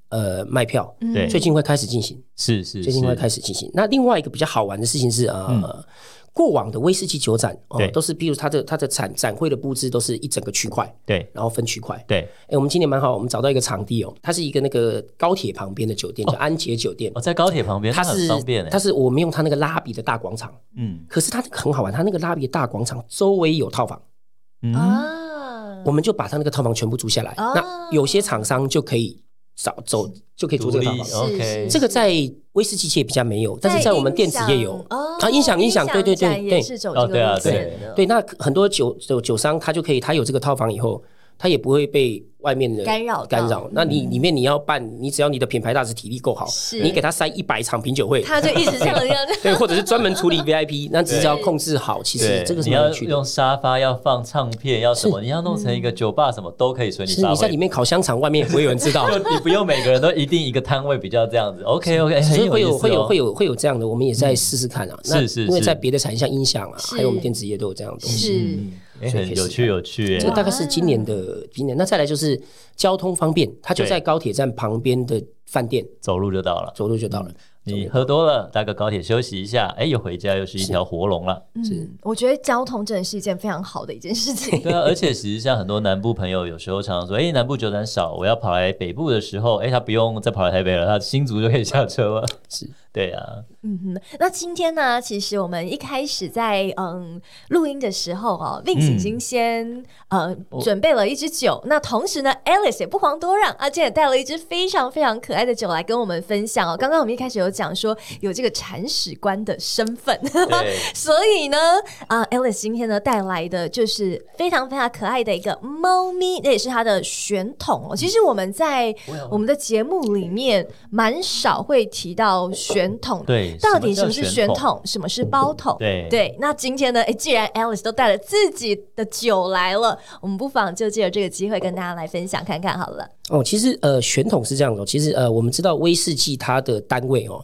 [SPEAKER 3] 呃卖票，
[SPEAKER 2] 嗯
[SPEAKER 1] 对
[SPEAKER 3] 最近会开始进行，
[SPEAKER 1] 是是
[SPEAKER 3] 最近会
[SPEAKER 1] 是，
[SPEAKER 3] 开始进行。那另外一个比较好玩的事情是呃。过往的威士忌酒展哦
[SPEAKER 1] 对，
[SPEAKER 3] 都是，比如它的它的展展会的布置都是一整个区块，
[SPEAKER 1] 对
[SPEAKER 3] 然后分区块。
[SPEAKER 1] 对
[SPEAKER 3] 哎、我们今年蛮好，我们找到一个场地哦，它是一个那个高铁旁边的酒店，叫安捷酒店。
[SPEAKER 1] 哦，在高铁旁边，
[SPEAKER 3] 它
[SPEAKER 1] 那很
[SPEAKER 3] 是
[SPEAKER 1] 方便
[SPEAKER 3] 它
[SPEAKER 1] 哎。
[SPEAKER 3] 是我们用它那个拉比的大广场，
[SPEAKER 1] 嗯
[SPEAKER 3] 可是它那个很好玩，它那个拉比的大广场周围有套房，
[SPEAKER 1] 嗯，
[SPEAKER 2] 啊
[SPEAKER 3] 我，们就把他那个套房全部租下来。
[SPEAKER 2] 哦
[SPEAKER 3] 那有些厂商就可以找走，就可以租这个套
[SPEAKER 1] 独
[SPEAKER 3] 房
[SPEAKER 1] 立。
[SPEAKER 2] 是
[SPEAKER 1] OK
[SPEAKER 2] 是
[SPEAKER 3] 这个在威士忌界比较没有，但是在我们电子业有。
[SPEAKER 2] 啊
[SPEAKER 3] 啊音响音响对对对
[SPEAKER 2] 也
[SPEAKER 3] 对
[SPEAKER 2] 是走
[SPEAKER 1] 哦
[SPEAKER 2] 这
[SPEAKER 1] 对啊
[SPEAKER 2] 个路线
[SPEAKER 1] 对
[SPEAKER 2] 的，
[SPEAKER 3] 对，那很多酒酒酒商他就可以，他有这个套房以后，他也不会被外面的
[SPEAKER 2] 干扰到
[SPEAKER 3] 干扰。那
[SPEAKER 1] 嗯
[SPEAKER 3] 你里面你要办，你只要你的品牌大使体力够好，
[SPEAKER 2] 是
[SPEAKER 3] 你给他塞一百场品酒会，
[SPEAKER 2] 他就一直这样 这样。
[SPEAKER 1] 嗯
[SPEAKER 3] 对，或者是专门处理 VIP，那只要控制好，其实
[SPEAKER 1] 对，
[SPEAKER 3] 这个是
[SPEAKER 1] 你
[SPEAKER 3] 蛮
[SPEAKER 1] 要
[SPEAKER 3] 有趣的
[SPEAKER 1] 用。沙发，要放唱片，要什么，你要弄成一个酒吧，什么都可以随你
[SPEAKER 3] 是
[SPEAKER 1] 发
[SPEAKER 3] 你在里
[SPEAKER 1] 挥。
[SPEAKER 3] 面烤香肠，外面也不会有人知道。
[SPEAKER 1] 就你不用每个人都一定一个摊位比较这样子，OK OK，
[SPEAKER 3] 所
[SPEAKER 1] 很
[SPEAKER 3] 以会
[SPEAKER 1] 有意
[SPEAKER 3] 有
[SPEAKER 1] 思
[SPEAKER 3] 会有
[SPEAKER 1] 哦嗯
[SPEAKER 3] 会。有会有这样的，我们也在试试看啊。
[SPEAKER 1] 是
[SPEAKER 3] 那
[SPEAKER 1] 是
[SPEAKER 3] 因为
[SPEAKER 1] 是
[SPEAKER 3] 在别的产业，像音响啊，
[SPEAKER 2] 是
[SPEAKER 3] 还有我们电子业都有这样的东西。
[SPEAKER 2] 是
[SPEAKER 1] 哎
[SPEAKER 3] 嗯所以可
[SPEAKER 1] 很
[SPEAKER 3] 以
[SPEAKER 1] 有
[SPEAKER 3] 试
[SPEAKER 1] 趣有趣
[SPEAKER 3] 这个
[SPEAKER 1] 哎。
[SPEAKER 3] 大概是今年的今年。那再来就是交通方便，它就
[SPEAKER 1] 对
[SPEAKER 3] 在高铁站旁边的饭店，
[SPEAKER 1] 走路就到了，
[SPEAKER 3] 走路就到了。
[SPEAKER 1] 嗯你喝多了，搭个高铁休息一下，哎，又回家又是一条活龙了。
[SPEAKER 2] 嗯，我觉得交通真的是一件非常好的一件事情。
[SPEAKER 3] 嗯
[SPEAKER 1] 对啊，而且其实像很多南部朋友，有时候常常说，哎、南部酒展少，我要跑来北部的时候，哎、他不用再跑来台北了，他新竹就可以下车了。
[SPEAKER 3] 是，
[SPEAKER 1] 对啊，
[SPEAKER 2] 嗯哼，那今天呢，其实我们一开始在嗯录音的时候哦，Vince 已经先、呃准备了一支酒，那同时呢，Alice 也不遑多让，啊，今天也带了一支非常非常可爱的酒来跟我们分享哦。刚刚我们一开始有讲说有这个铲屎官的身份，
[SPEAKER 1] 对，
[SPEAKER 2] 所以呢，啊、a l i c e 今天呢带来的就是非常非常可爱的一个猫咪，那也是它的血统哦。其实我们在
[SPEAKER 1] 嗯
[SPEAKER 2] 我们的节目里面蛮少会提到血统，
[SPEAKER 1] 对
[SPEAKER 2] 到底
[SPEAKER 1] 什
[SPEAKER 2] 什
[SPEAKER 1] 么
[SPEAKER 2] 么
[SPEAKER 1] 叫
[SPEAKER 2] 是
[SPEAKER 1] 血
[SPEAKER 2] 血
[SPEAKER 1] 统
[SPEAKER 2] 统，什么是包桶？
[SPEAKER 1] 对
[SPEAKER 2] 对。那今天呢，诶，哎既然 Alice 都带了自己的酒来了，我们不妨就借着这个机会跟大家来分享看看好了。
[SPEAKER 3] 哦，其实呃，选桶是这样的哦。其实呃，我们知道威士忌它的单位哦，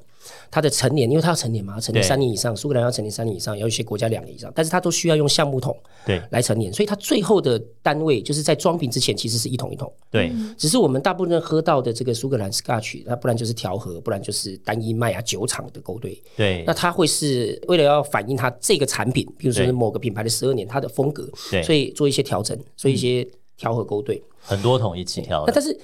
[SPEAKER 3] 它的成年，因为它要成年嘛，成年
[SPEAKER 1] 对
[SPEAKER 3] 三年以上，苏格兰要成年三年以上，有一些国家两年以上，但是它都需要用橡木桶
[SPEAKER 1] 对
[SPEAKER 3] 来成年，所以它最后的单位就是在装瓶之前其实是一桶一桶。
[SPEAKER 1] 对，
[SPEAKER 3] 只是我们大部分喝到的这个苏格兰 Scotch，那不然就是调和，不然就是单一麦芽酒厂的勾兑。
[SPEAKER 1] 对
[SPEAKER 3] 那，它会是为了要反映它这个产品，比如说
[SPEAKER 1] 对
[SPEAKER 3] 是某个品牌的十二年它的风格
[SPEAKER 1] 对，
[SPEAKER 3] 所以做一些调整，做一些调和勾兑。
[SPEAKER 1] 很多桶一起挑
[SPEAKER 3] 那
[SPEAKER 1] 的，
[SPEAKER 3] 但是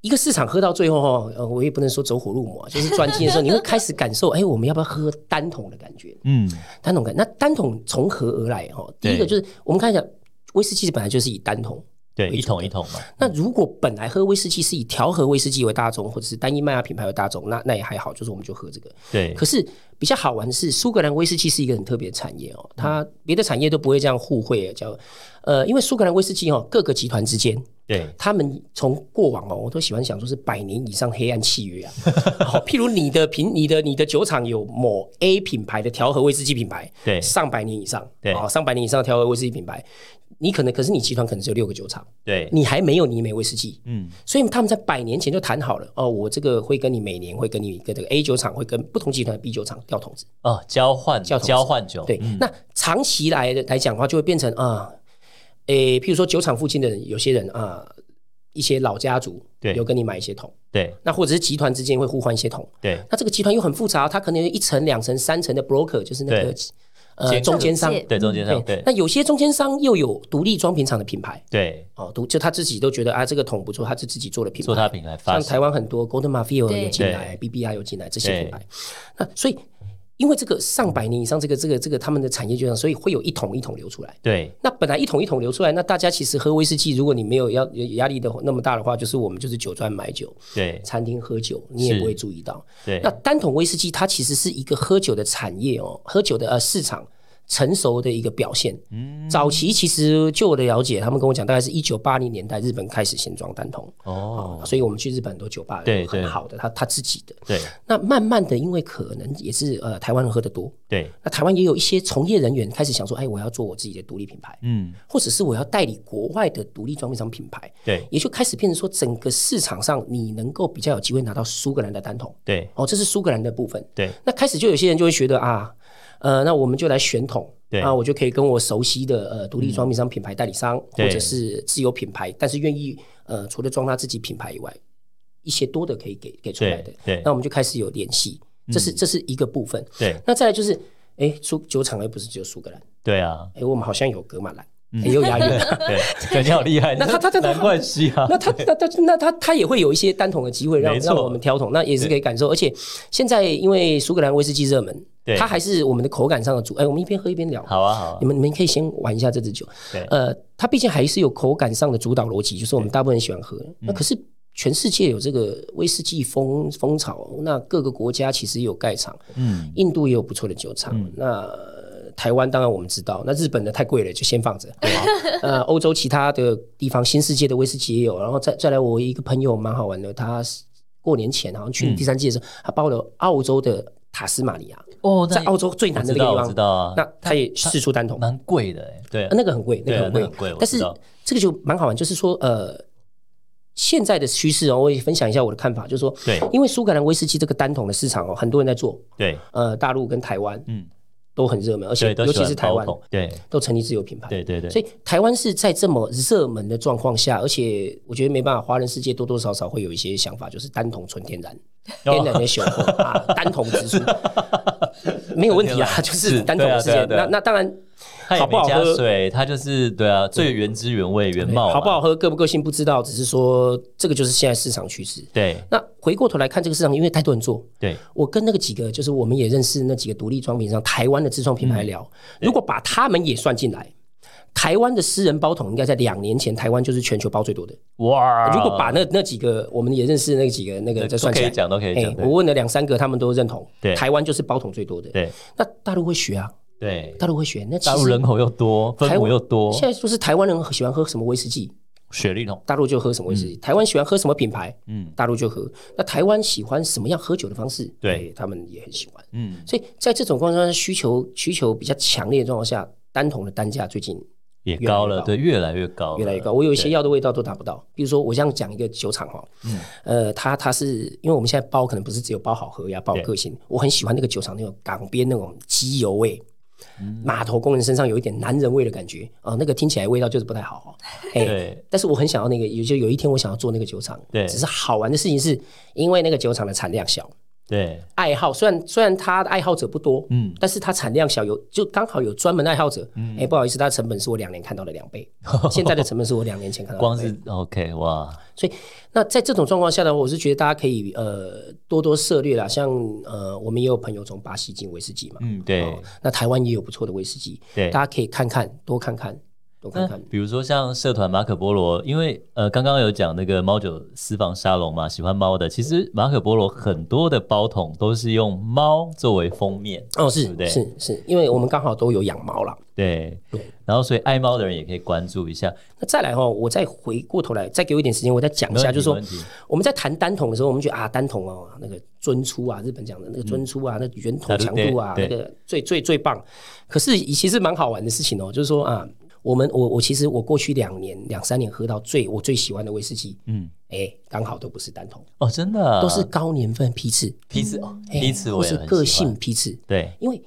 [SPEAKER 3] 一个市场喝到最后哈，呃，我也不能说走火入魔啊，就是专精的时候，你会开始 感受，哎，我们要不要喝单桶的感觉？
[SPEAKER 1] 嗯，
[SPEAKER 3] 单桶感，那单桶从何而来？哈，第一
[SPEAKER 1] 对
[SPEAKER 3] 个就是我们看一下威士忌本来就是以单桶。
[SPEAKER 1] 对，一桶一桶嘛，
[SPEAKER 3] 那如果本来喝威士忌是以调和威士忌为大宗，或者是单一麦芽品牌为大宗，那那也还好，就是我们就喝这个。
[SPEAKER 1] 对
[SPEAKER 3] 可，是比较好玩的是，苏格兰威士忌是一个很特别的产业哦，
[SPEAKER 1] 嗯
[SPEAKER 3] 它别的产业都不会这样互惠叫，呃，因为苏格兰威士忌哦，各个集团之间。
[SPEAKER 1] 对，
[SPEAKER 3] 他们从过往哦，我都喜欢想说是百年以上黑暗契约啊。 好，譬如你的品、你的、你的酒厂有某 A 品牌的调和威士忌品牌，
[SPEAKER 1] 对
[SPEAKER 3] 上百年以上，
[SPEAKER 1] 对
[SPEAKER 3] 哦，上百年以上的调和威士忌品牌，你可能可是你集团可能只有六个酒厂，
[SPEAKER 1] 对，
[SPEAKER 3] 你还没有尼美威士忌，
[SPEAKER 1] 嗯，
[SPEAKER 3] 所以他们在百年前就谈好了哦，我这个会跟你每年会跟你跟这个 A 酒厂会跟不同集团的 B 酒厂调桶子，
[SPEAKER 1] 哦，交换
[SPEAKER 3] 交通
[SPEAKER 1] 交换酒，
[SPEAKER 3] 对，那长期来来讲的话，就会变成啊，诶、譬如说酒厂附近的人，有些人啊，一些老家族
[SPEAKER 1] 对
[SPEAKER 3] 有跟你买一些桶，
[SPEAKER 1] 对
[SPEAKER 3] 那或者是集团之间会互换一些桶，
[SPEAKER 1] 对
[SPEAKER 3] 那这个集团又很复杂，它可能有一层、两层、三层的 broker，就是那个
[SPEAKER 1] 对
[SPEAKER 3] 呃
[SPEAKER 1] 间
[SPEAKER 3] 中间商。
[SPEAKER 2] 中
[SPEAKER 1] 对，中间商对
[SPEAKER 3] 那有些中间商又有独立装瓶厂的品牌
[SPEAKER 1] 对，
[SPEAKER 3] 哦，独就他自己都觉得啊，这个桶不错，他就自己做了品牌。
[SPEAKER 1] 做他品牌发
[SPEAKER 3] 像
[SPEAKER 1] 行，
[SPEAKER 3] 台湾很多 Golden Mafia
[SPEAKER 2] 对
[SPEAKER 3] 有进来，BBI 有进来这些品牌。那所以因为这个上百年以上，这个这个这个他们的产业就这样，所以会有一桶一桶流出来。
[SPEAKER 1] 对
[SPEAKER 3] 那本来一桶一桶流出来，那大家其实喝威士忌，如果你没有要有压力的那么大的话，就是我们就是酒庄买酒，
[SPEAKER 1] 对
[SPEAKER 3] 餐厅喝酒，你也
[SPEAKER 1] 是
[SPEAKER 3] 不会注意到。
[SPEAKER 1] 对
[SPEAKER 3] 那单桶威士忌它其实是一个喝酒的产业哦，喝酒的呃市场成熟的一个表现。
[SPEAKER 1] 嗯
[SPEAKER 3] 早期其实就我的了解，他们跟我讲，大概是一九八零年代日本开始先装单桶，啊
[SPEAKER 1] 哦，
[SPEAKER 3] 所以我们去日本很多酒吧
[SPEAKER 1] 对
[SPEAKER 3] 有很
[SPEAKER 1] 对
[SPEAKER 3] 好的，他他自己的。
[SPEAKER 1] 对
[SPEAKER 3] 那慢慢的，因为可能也是呃台湾人喝得多，
[SPEAKER 1] 对，
[SPEAKER 3] 那台湾也有一些从业人员开始想说，哎，我要做我自己的独立品牌，
[SPEAKER 1] 嗯，
[SPEAKER 3] 或者是我要代理国外的独立装备商品牌，
[SPEAKER 1] 对
[SPEAKER 3] 也就开始变成说，整个市场上你能够比较有机会拿到苏格兰的单桶。
[SPEAKER 1] 对
[SPEAKER 3] 哦，这是苏格兰的部分。
[SPEAKER 1] 对
[SPEAKER 3] 那开始就有些人就会觉得啊，呃，那我们就来选桶，
[SPEAKER 1] 对嗯
[SPEAKER 3] 啊，我就可以跟我熟悉的呃独立装瓶商品牌代理商，
[SPEAKER 1] 对
[SPEAKER 3] 或者是自有品牌，但是愿意呃除了装他自己品牌以外，一些多的可以给给出来的
[SPEAKER 1] 对，对嗯
[SPEAKER 3] 那我们就开始有联系，这是、这是一个部分。
[SPEAKER 1] 对
[SPEAKER 3] 那再来就是，哎，苏酒厂又不是只有苏格兰，
[SPEAKER 1] 对啊，
[SPEAKER 3] 哎，我们好像有格马兰，
[SPEAKER 1] 嗯
[SPEAKER 3] 也有押韵。
[SPEAKER 1] 对，感觉好厉害，
[SPEAKER 3] 那他他他他
[SPEAKER 1] 难怪西啊，
[SPEAKER 3] 那他那他那他他也会有一些单桶的机会让
[SPEAKER 1] 没错
[SPEAKER 3] 让我们挑桶，那也是可以感受。而且现在因为苏格兰威士忌热门
[SPEAKER 1] 对，
[SPEAKER 3] 它还是我们的口感上的主。哎，我们一边喝一边聊。
[SPEAKER 1] 好啊好啊
[SPEAKER 3] 你，们你们可以先玩一下这支酒。
[SPEAKER 1] 对
[SPEAKER 3] 呃，它毕竟还是有口感上的主导逻辑，就是我们大部分人喜欢喝。那
[SPEAKER 1] 嗯
[SPEAKER 3] 可是全世界有这个威士忌风风潮，那各个国家其实也有盖厂，
[SPEAKER 1] 嗯，
[SPEAKER 3] 印度也有不错的酒厂。那呃台湾当然我们知道，那日本的太贵了，就先 放着。呃，欧洲其他的地方，新世界的威士忌也有。然后再再来，我一个朋友蛮好玩的，他是过年前好像去年第三季的时候，他包了澳洲的塔斯马尼亚，
[SPEAKER 1] 哦，那
[SPEAKER 3] 在澳洲最
[SPEAKER 1] 我
[SPEAKER 3] 南的
[SPEAKER 1] 知
[SPEAKER 3] 那个
[SPEAKER 1] 道
[SPEAKER 3] 地
[SPEAKER 1] 我
[SPEAKER 3] 方
[SPEAKER 1] 知。道啊，
[SPEAKER 3] 那他也试出单桶，
[SPEAKER 1] 蛮贵的哎，对
[SPEAKER 3] 啊那个很贵，那
[SPEAKER 1] 对
[SPEAKER 3] 个
[SPEAKER 1] 啊那
[SPEAKER 3] 很贵，
[SPEAKER 1] 个很贵我
[SPEAKER 3] 但
[SPEAKER 1] 知
[SPEAKER 3] 是
[SPEAKER 1] 道
[SPEAKER 3] 这个就蛮好玩，就是说，呃，现在的趋势哦，我也分享一下我的看法，就是说，
[SPEAKER 1] 对
[SPEAKER 3] 因为苏格兰威士忌这个单桶的市场哦，很多人在做，
[SPEAKER 1] 对，
[SPEAKER 3] 呃，大陆跟台湾
[SPEAKER 1] 嗯，
[SPEAKER 3] 都很热门，而且
[SPEAKER 1] 对，都
[SPEAKER 3] 尤
[SPEAKER 1] 喜
[SPEAKER 3] 其
[SPEAKER 1] 欢
[SPEAKER 3] 是台湾
[SPEAKER 1] 包桶对
[SPEAKER 3] 都成立自有品牌，
[SPEAKER 1] 对对对，
[SPEAKER 3] 所以台湾是在这么热门的状况下，而且我觉得没办法，华人世界多多少少会有一些想法，就是单桶纯天然，
[SPEAKER 1] 哦
[SPEAKER 3] 天然的雄厚 啊，单桶直出，没有问题啊，
[SPEAKER 1] 纯天然
[SPEAKER 3] 就是
[SPEAKER 1] 是
[SPEAKER 3] 单桶的世
[SPEAKER 1] 对
[SPEAKER 3] 界
[SPEAKER 1] 啊。对啊对啊
[SPEAKER 3] 那那当然，
[SPEAKER 1] 它也
[SPEAKER 3] 好不
[SPEAKER 1] 没
[SPEAKER 3] 好
[SPEAKER 1] 加
[SPEAKER 3] 喝
[SPEAKER 1] 水，它就是对啊，最原汁原味原貌嘛，
[SPEAKER 3] 好不好喝、个不个性不知道，只是说这个就是现在市场趋势。
[SPEAKER 1] 对？
[SPEAKER 3] 那回过头来看这个市场，因为太多人做，
[SPEAKER 1] 对
[SPEAKER 3] 我跟那个几个就是我们也认识那几个独立装瓶商，台湾的自创品牌聊，
[SPEAKER 1] 嗯
[SPEAKER 3] 如果把他们也算进来。台湾的私人包桶应该在两年前，台湾就是全球包最多的。
[SPEAKER 1] 对，哇！
[SPEAKER 3] 如果把那那几个我们也认识的那几个那个再
[SPEAKER 1] 都
[SPEAKER 3] 算
[SPEAKER 1] 可
[SPEAKER 3] 起
[SPEAKER 1] 以
[SPEAKER 3] 来，
[SPEAKER 1] 讲，都可以
[SPEAKER 3] 哎
[SPEAKER 1] 讲，对
[SPEAKER 3] 我问了两三个，他们都认同
[SPEAKER 1] 对，
[SPEAKER 3] 台湾就是包桶最多的。
[SPEAKER 1] 对
[SPEAKER 3] 那大陆会学啊，
[SPEAKER 1] 对，
[SPEAKER 3] 大陆会学。那其
[SPEAKER 1] 大陆
[SPEAKER 3] 实
[SPEAKER 1] 人口又多，分
[SPEAKER 3] 台
[SPEAKER 1] 母
[SPEAKER 3] 湾
[SPEAKER 1] 又多，
[SPEAKER 3] 现在就是台湾人喜欢喝什么威士忌，
[SPEAKER 1] 雪莉桶，
[SPEAKER 3] 大陆就喝什么威士忌；台湾喜欢喝什么品牌，
[SPEAKER 1] 嗯
[SPEAKER 3] 大陆就喝。那台湾喜欢什么样喝酒的方式，
[SPEAKER 1] 对
[SPEAKER 3] 哎他们也很喜欢。
[SPEAKER 1] 嗯，
[SPEAKER 3] 所以在这种状况下，需求需求比较强烈的状况下，单桶的单价最近
[SPEAKER 1] 也
[SPEAKER 3] 越来
[SPEAKER 1] 高
[SPEAKER 3] 越
[SPEAKER 1] 了，
[SPEAKER 3] 高
[SPEAKER 1] 对，越来越高，
[SPEAKER 3] 越来越高。，我有一些药的味道都达不到，比如说我这样讲一个酒厂哈，
[SPEAKER 1] 嗯
[SPEAKER 3] 呃，它它是因为我们现在包可能不是只有包好喝呀，包
[SPEAKER 1] 对
[SPEAKER 3] 个性，我很喜欢那个酒厂那种港边那种机油味。
[SPEAKER 1] 嗯
[SPEAKER 3] 码头工人身上有一点男人味的感觉啊、那个听起来味道就是不太好、哦。哎、
[SPEAKER 1] 对
[SPEAKER 3] 但是我很想要那个，也就有一天我想要做那个酒厂。
[SPEAKER 1] 对
[SPEAKER 3] 只是好玩的事情是，因为那个酒厂的产量小，
[SPEAKER 1] 对
[SPEAKER 3] 爱好虽然虽然它的爱好者不多，
[SPEAKER 1] 嗯
[SPEAKER 3] 嗯，但是它产量小，有就刚好有专门爱好者。哎、不好意思，它的成本是我两年看 到的两倍，现在的成本是我两年前看到的
[SPEAKER 1] 光
[SPEAKER 3] 两倍
[SPEAKER 1] 是 OK 哇，
[SPEAKER 3] 所以，那在这种状况下呢，我是觉得大家可以呃多多涉猎啦。像呃，我们也有朋友从巴西进威士忌嘛，
[SPEAKER 1] 嗯，对
[SPEAKER 3] 哦，那台湾也有不错的威士忌，
[SPEAKER 1] 对嗯
[SPEAKER 3] 大家可以看看，多看看，多看
[SPEAKER 1] 那
[SPEAKER 3] 看。
[SPEAKER 1] 比如说像社团马可波罗，因为呃刚刚有讲那个猫酒私房沙龙嘛，喜欢猫的，其实马可波罗很多的包桶都是用猫作为封面，对
[SPEAKER 3] 哦，
[SPEAKER 1] 不
[SPEAKER 3] 是
[SPEAKER 1] 对
[SPEAKER 3] 是是，因为我们刚好都有养猫啦。
[SPEAKER 1] 对
[SPEAKER 3] 对，
[SPEAKER 1] 然后所以爱猫的人也可以关注一下。
[SPEAKER 3] 那再来哈、哦，我再回过头来，再给我一点时间，我再讲一
[SPEAKER 1] 没
[SPEAKER 3] 下，
[SPEAKER 1] 问
[SPEAKER 3] 就
[SPEAKER 1] 题，
[SPEAKER 3] 是说
[SPEAKER 1] 没问题
[SPEAKER 3] 我们在谈单桶的时候，我们觉得啊，单桶哦，那个尊粗啊，日本讲的那个尊粗啊，那个圆筒强度啊，
[SPEAKER 1] 对
[SPEAKER 3] 那
[SPEAKER 1] 对
[SPEAKER 3] 个最最最棒。可是其实蛮好玩的事情哦，就是说啊，我们我我其实我过去两年两三年喝到最我最喜欢的威士忌，
[SPEAKER 1] 嗯，
[SPEAKER 3] 哎，刚好都不是单桶，
[SPEAKER 1] 哦，真的
[SPEAKER 3] 都是高年份批次，
[SPEAKER 1] 批次哦，
[SPEAKER 3] 哎
[SPEAKER 1] 批次
[SPEAKER 3] 或
[SPEAKER 1] 我也
[SPEAKER 3] 是
[SPEAKER 1] 很
[SPEAKER 3] 个
[SPEAKER 1] 喜欢
[SPEAKER 3] 性批次，
[SPEAKER 1] 对，
[SPEAKER 3] 因为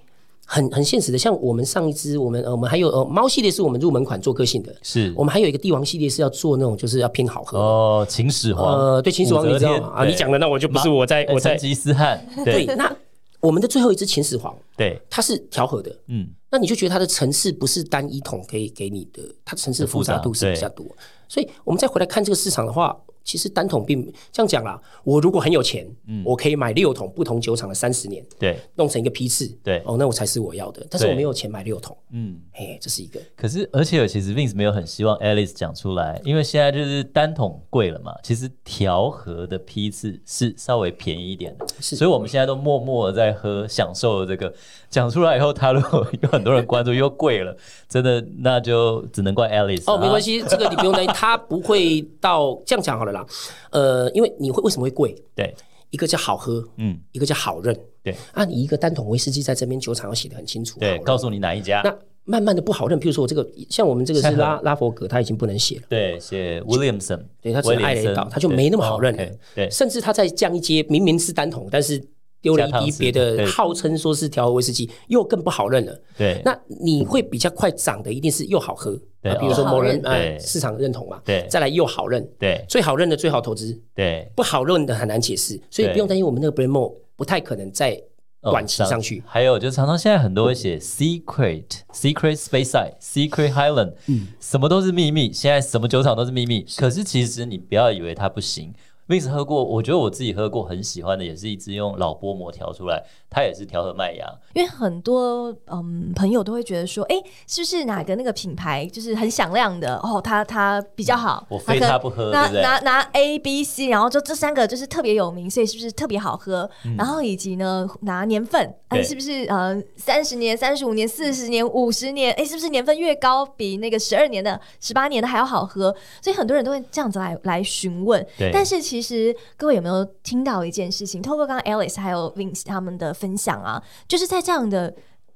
[SPEAKER 3] 很很现实的，像我们上一支，我们呃我们还有呃猫系列是我们入门款做个性的，
[SPEAKER 1] 是
[SPEAKER 3] 我们还有一个帝王系列是要做那种就是要偏好喝的。
[SPEAKER 1] 哦，秦始皇，
[SPEAKER 3] 呃，对，秦始皇
[SPEAKER 1] 武则
[SPEAKER 3] 你知道
[SPEAKER 1] 天
[SPEAKER 3] 吗啊？
[SPEAKER 1] 对
[SPEAKER 3] 你讲的那我就不是我在
[SPEAKER 1] 哎
[SPEAKER 3] 我在
[SPEAKER 1] 成吉思汗，
[SPEAKER 3] 对。
[SPEAKER 1] 对
[SPEAKER 3] 那我们的最后一支秦始皇，
[SPEAKER 1] 对，
[SPEAKER 3] 它是调和的，
[SPEAKER 1] 嗯，
[SPEAKER 3] 那你就觉得它的层次不是单一桶可以给你的，它的层次复杂度是比较多。所以我们再回来看这个市场的话，其实单桶并这样讲啦。我如果很有钱，我可以买六桶不同酒厂的三十年，
[SPEAKER 1] 嗯对，
[SPEAKER 3] 弄成一个批次，
[SPEAKER 1] 对
[SPEAKER 3] 哦，那我才是我要的。但是
[SPEAKER 1] 对
[SPEAKER 3] 我没有钱买六桶，
[SPEAKER 1] 嗯。
[SPEAKER 3] 哎，这是一个
[SPEAKER 1] 可是，而且其实 Vince 没有很希望 Alice 讲出来，因为现在就是单桶贵了嘛。其实调和的批次是稍微便宜一点的，
[SPEAKER 3] 是
[SPEAKER 1] 所以我们现在都默默的在喝，享受这个。讲出来以后，他如果有很多人关注，又贵了，真的那就只能怪 Alice
[SPEAKER 3] 哦，没关
[SPEAKER 1] 系，
[SPEAKER 3] 系，这个你不用担心，它不会到这样讲好了啦。呃，因为你会为什么会贵？
[SPEAKER 1] 对，
[SPEAKER 3] 一个叫好喝，
[SPEAKER 1] 嗯，
[SPEAKER 3] 一个叫好认。
[SPEAKER 1] 对
[SPEAKER 3] 啊，你一个单桶威士忌在这边酒厂要写的很清楚，好
[SPEAKER 1] 对，
[SPEAKER 3] 认
[SPEAKER 1] 告诉你哪一家，
[SPEAKER 3] 那慢慢的不好认，比如说我这个，像我们这个是拉拉佛格，他已经不能写了，
[SPEAKER 1] 对，写 Williamson，
[SPEAKER 3] 对，他只是爱雷岛，他就没那么好认了。
[SPEAKER 1] 对，
[SPEAKER 3] 甚至他在降一阶，明明是单桶，但是丢了一
[SPEAKER 1] 加汤
[SPEAKER 3] 滴
[SPEAKER 1] 匙
[SPEAKER 3] 别
[SPEAKER 1] 对
[SPEAKER 3] 的，号称说是调和威士忌，又更不好认了。
[SPEAKER 1] 对，
[SPEAKER 3] 那你会比较快涨的，一定是又好喝，
[SPEAKER 1] 对
[SPEAKER 3] 啊比如说
[SPEAKER 2] 哦
[SPEAKER 3] 某人
[SPEAKER 2] 又
[SPEAKER 1] 好认
[SPEAKER 3] 呃
[SPEAKER 1] 对
[SPEAKER 3] 市场认同嘛，
[SPEAKER 1] 对
[SPEAKER 3] 再来又好认，
[SPEAKER 1] 对
[SPEAKER 3] 最好认的最好投资，
[SPEAKER 1] 对，
[SPEAKER 3] 不好认的很难解释，所以
[SPEAKER 1] 对
[SPEAKER 3] 不用担心我们那个 Bremo 不太可能在
[SPEAKER 1] 哦
[SPEAKER 3] 短期上去。
[SPEAKER 1] 还有就是常常现在很多会写 secret、secret space side、secret highland，什
[SPEAKER 3] 嗯
[SPEAKER 1] 么都是秘密。现在什么酒厂都是秘密，可是其实你不要以为它不行。Vince 喝过，我觉得我自己喝过很喜欢的，也是一支用老波膜调出来，它也是调和麦芽。
[SPEAKER 2] 因为很多嗯朋友都会觉得说，哎、是不是哪个那个品牌就是很响亮的哦？它它比较好，
[SPEAKER 1] 嗯我非
[SPEAKER 2] 可能
[SPEAKER 1] 它不喝对
[SPEAKER 2] 拿
[SPEAKER 1] 不对
[SPEAKER 2] 拿拿 A、B、C，然后就这三个就是特别有名，所以是不是特别好喝？然后以及呢，拿年份，哎、
[SPEAKER 1] 嗯对
[SPEAKER 2] 是不是呃三十年、三十五年、四十年、五十年？哎、是不是年份越高，比那个十二年的、十八年的还要好喝？所以很多人都会这样子来来询问。
[SPEAKER 1] 对
[SPEAKER 2] 但是其实各位有没有听到一件事情？透过刚刚 Alice 还有 Vince 他们的分享啊，就是在这样的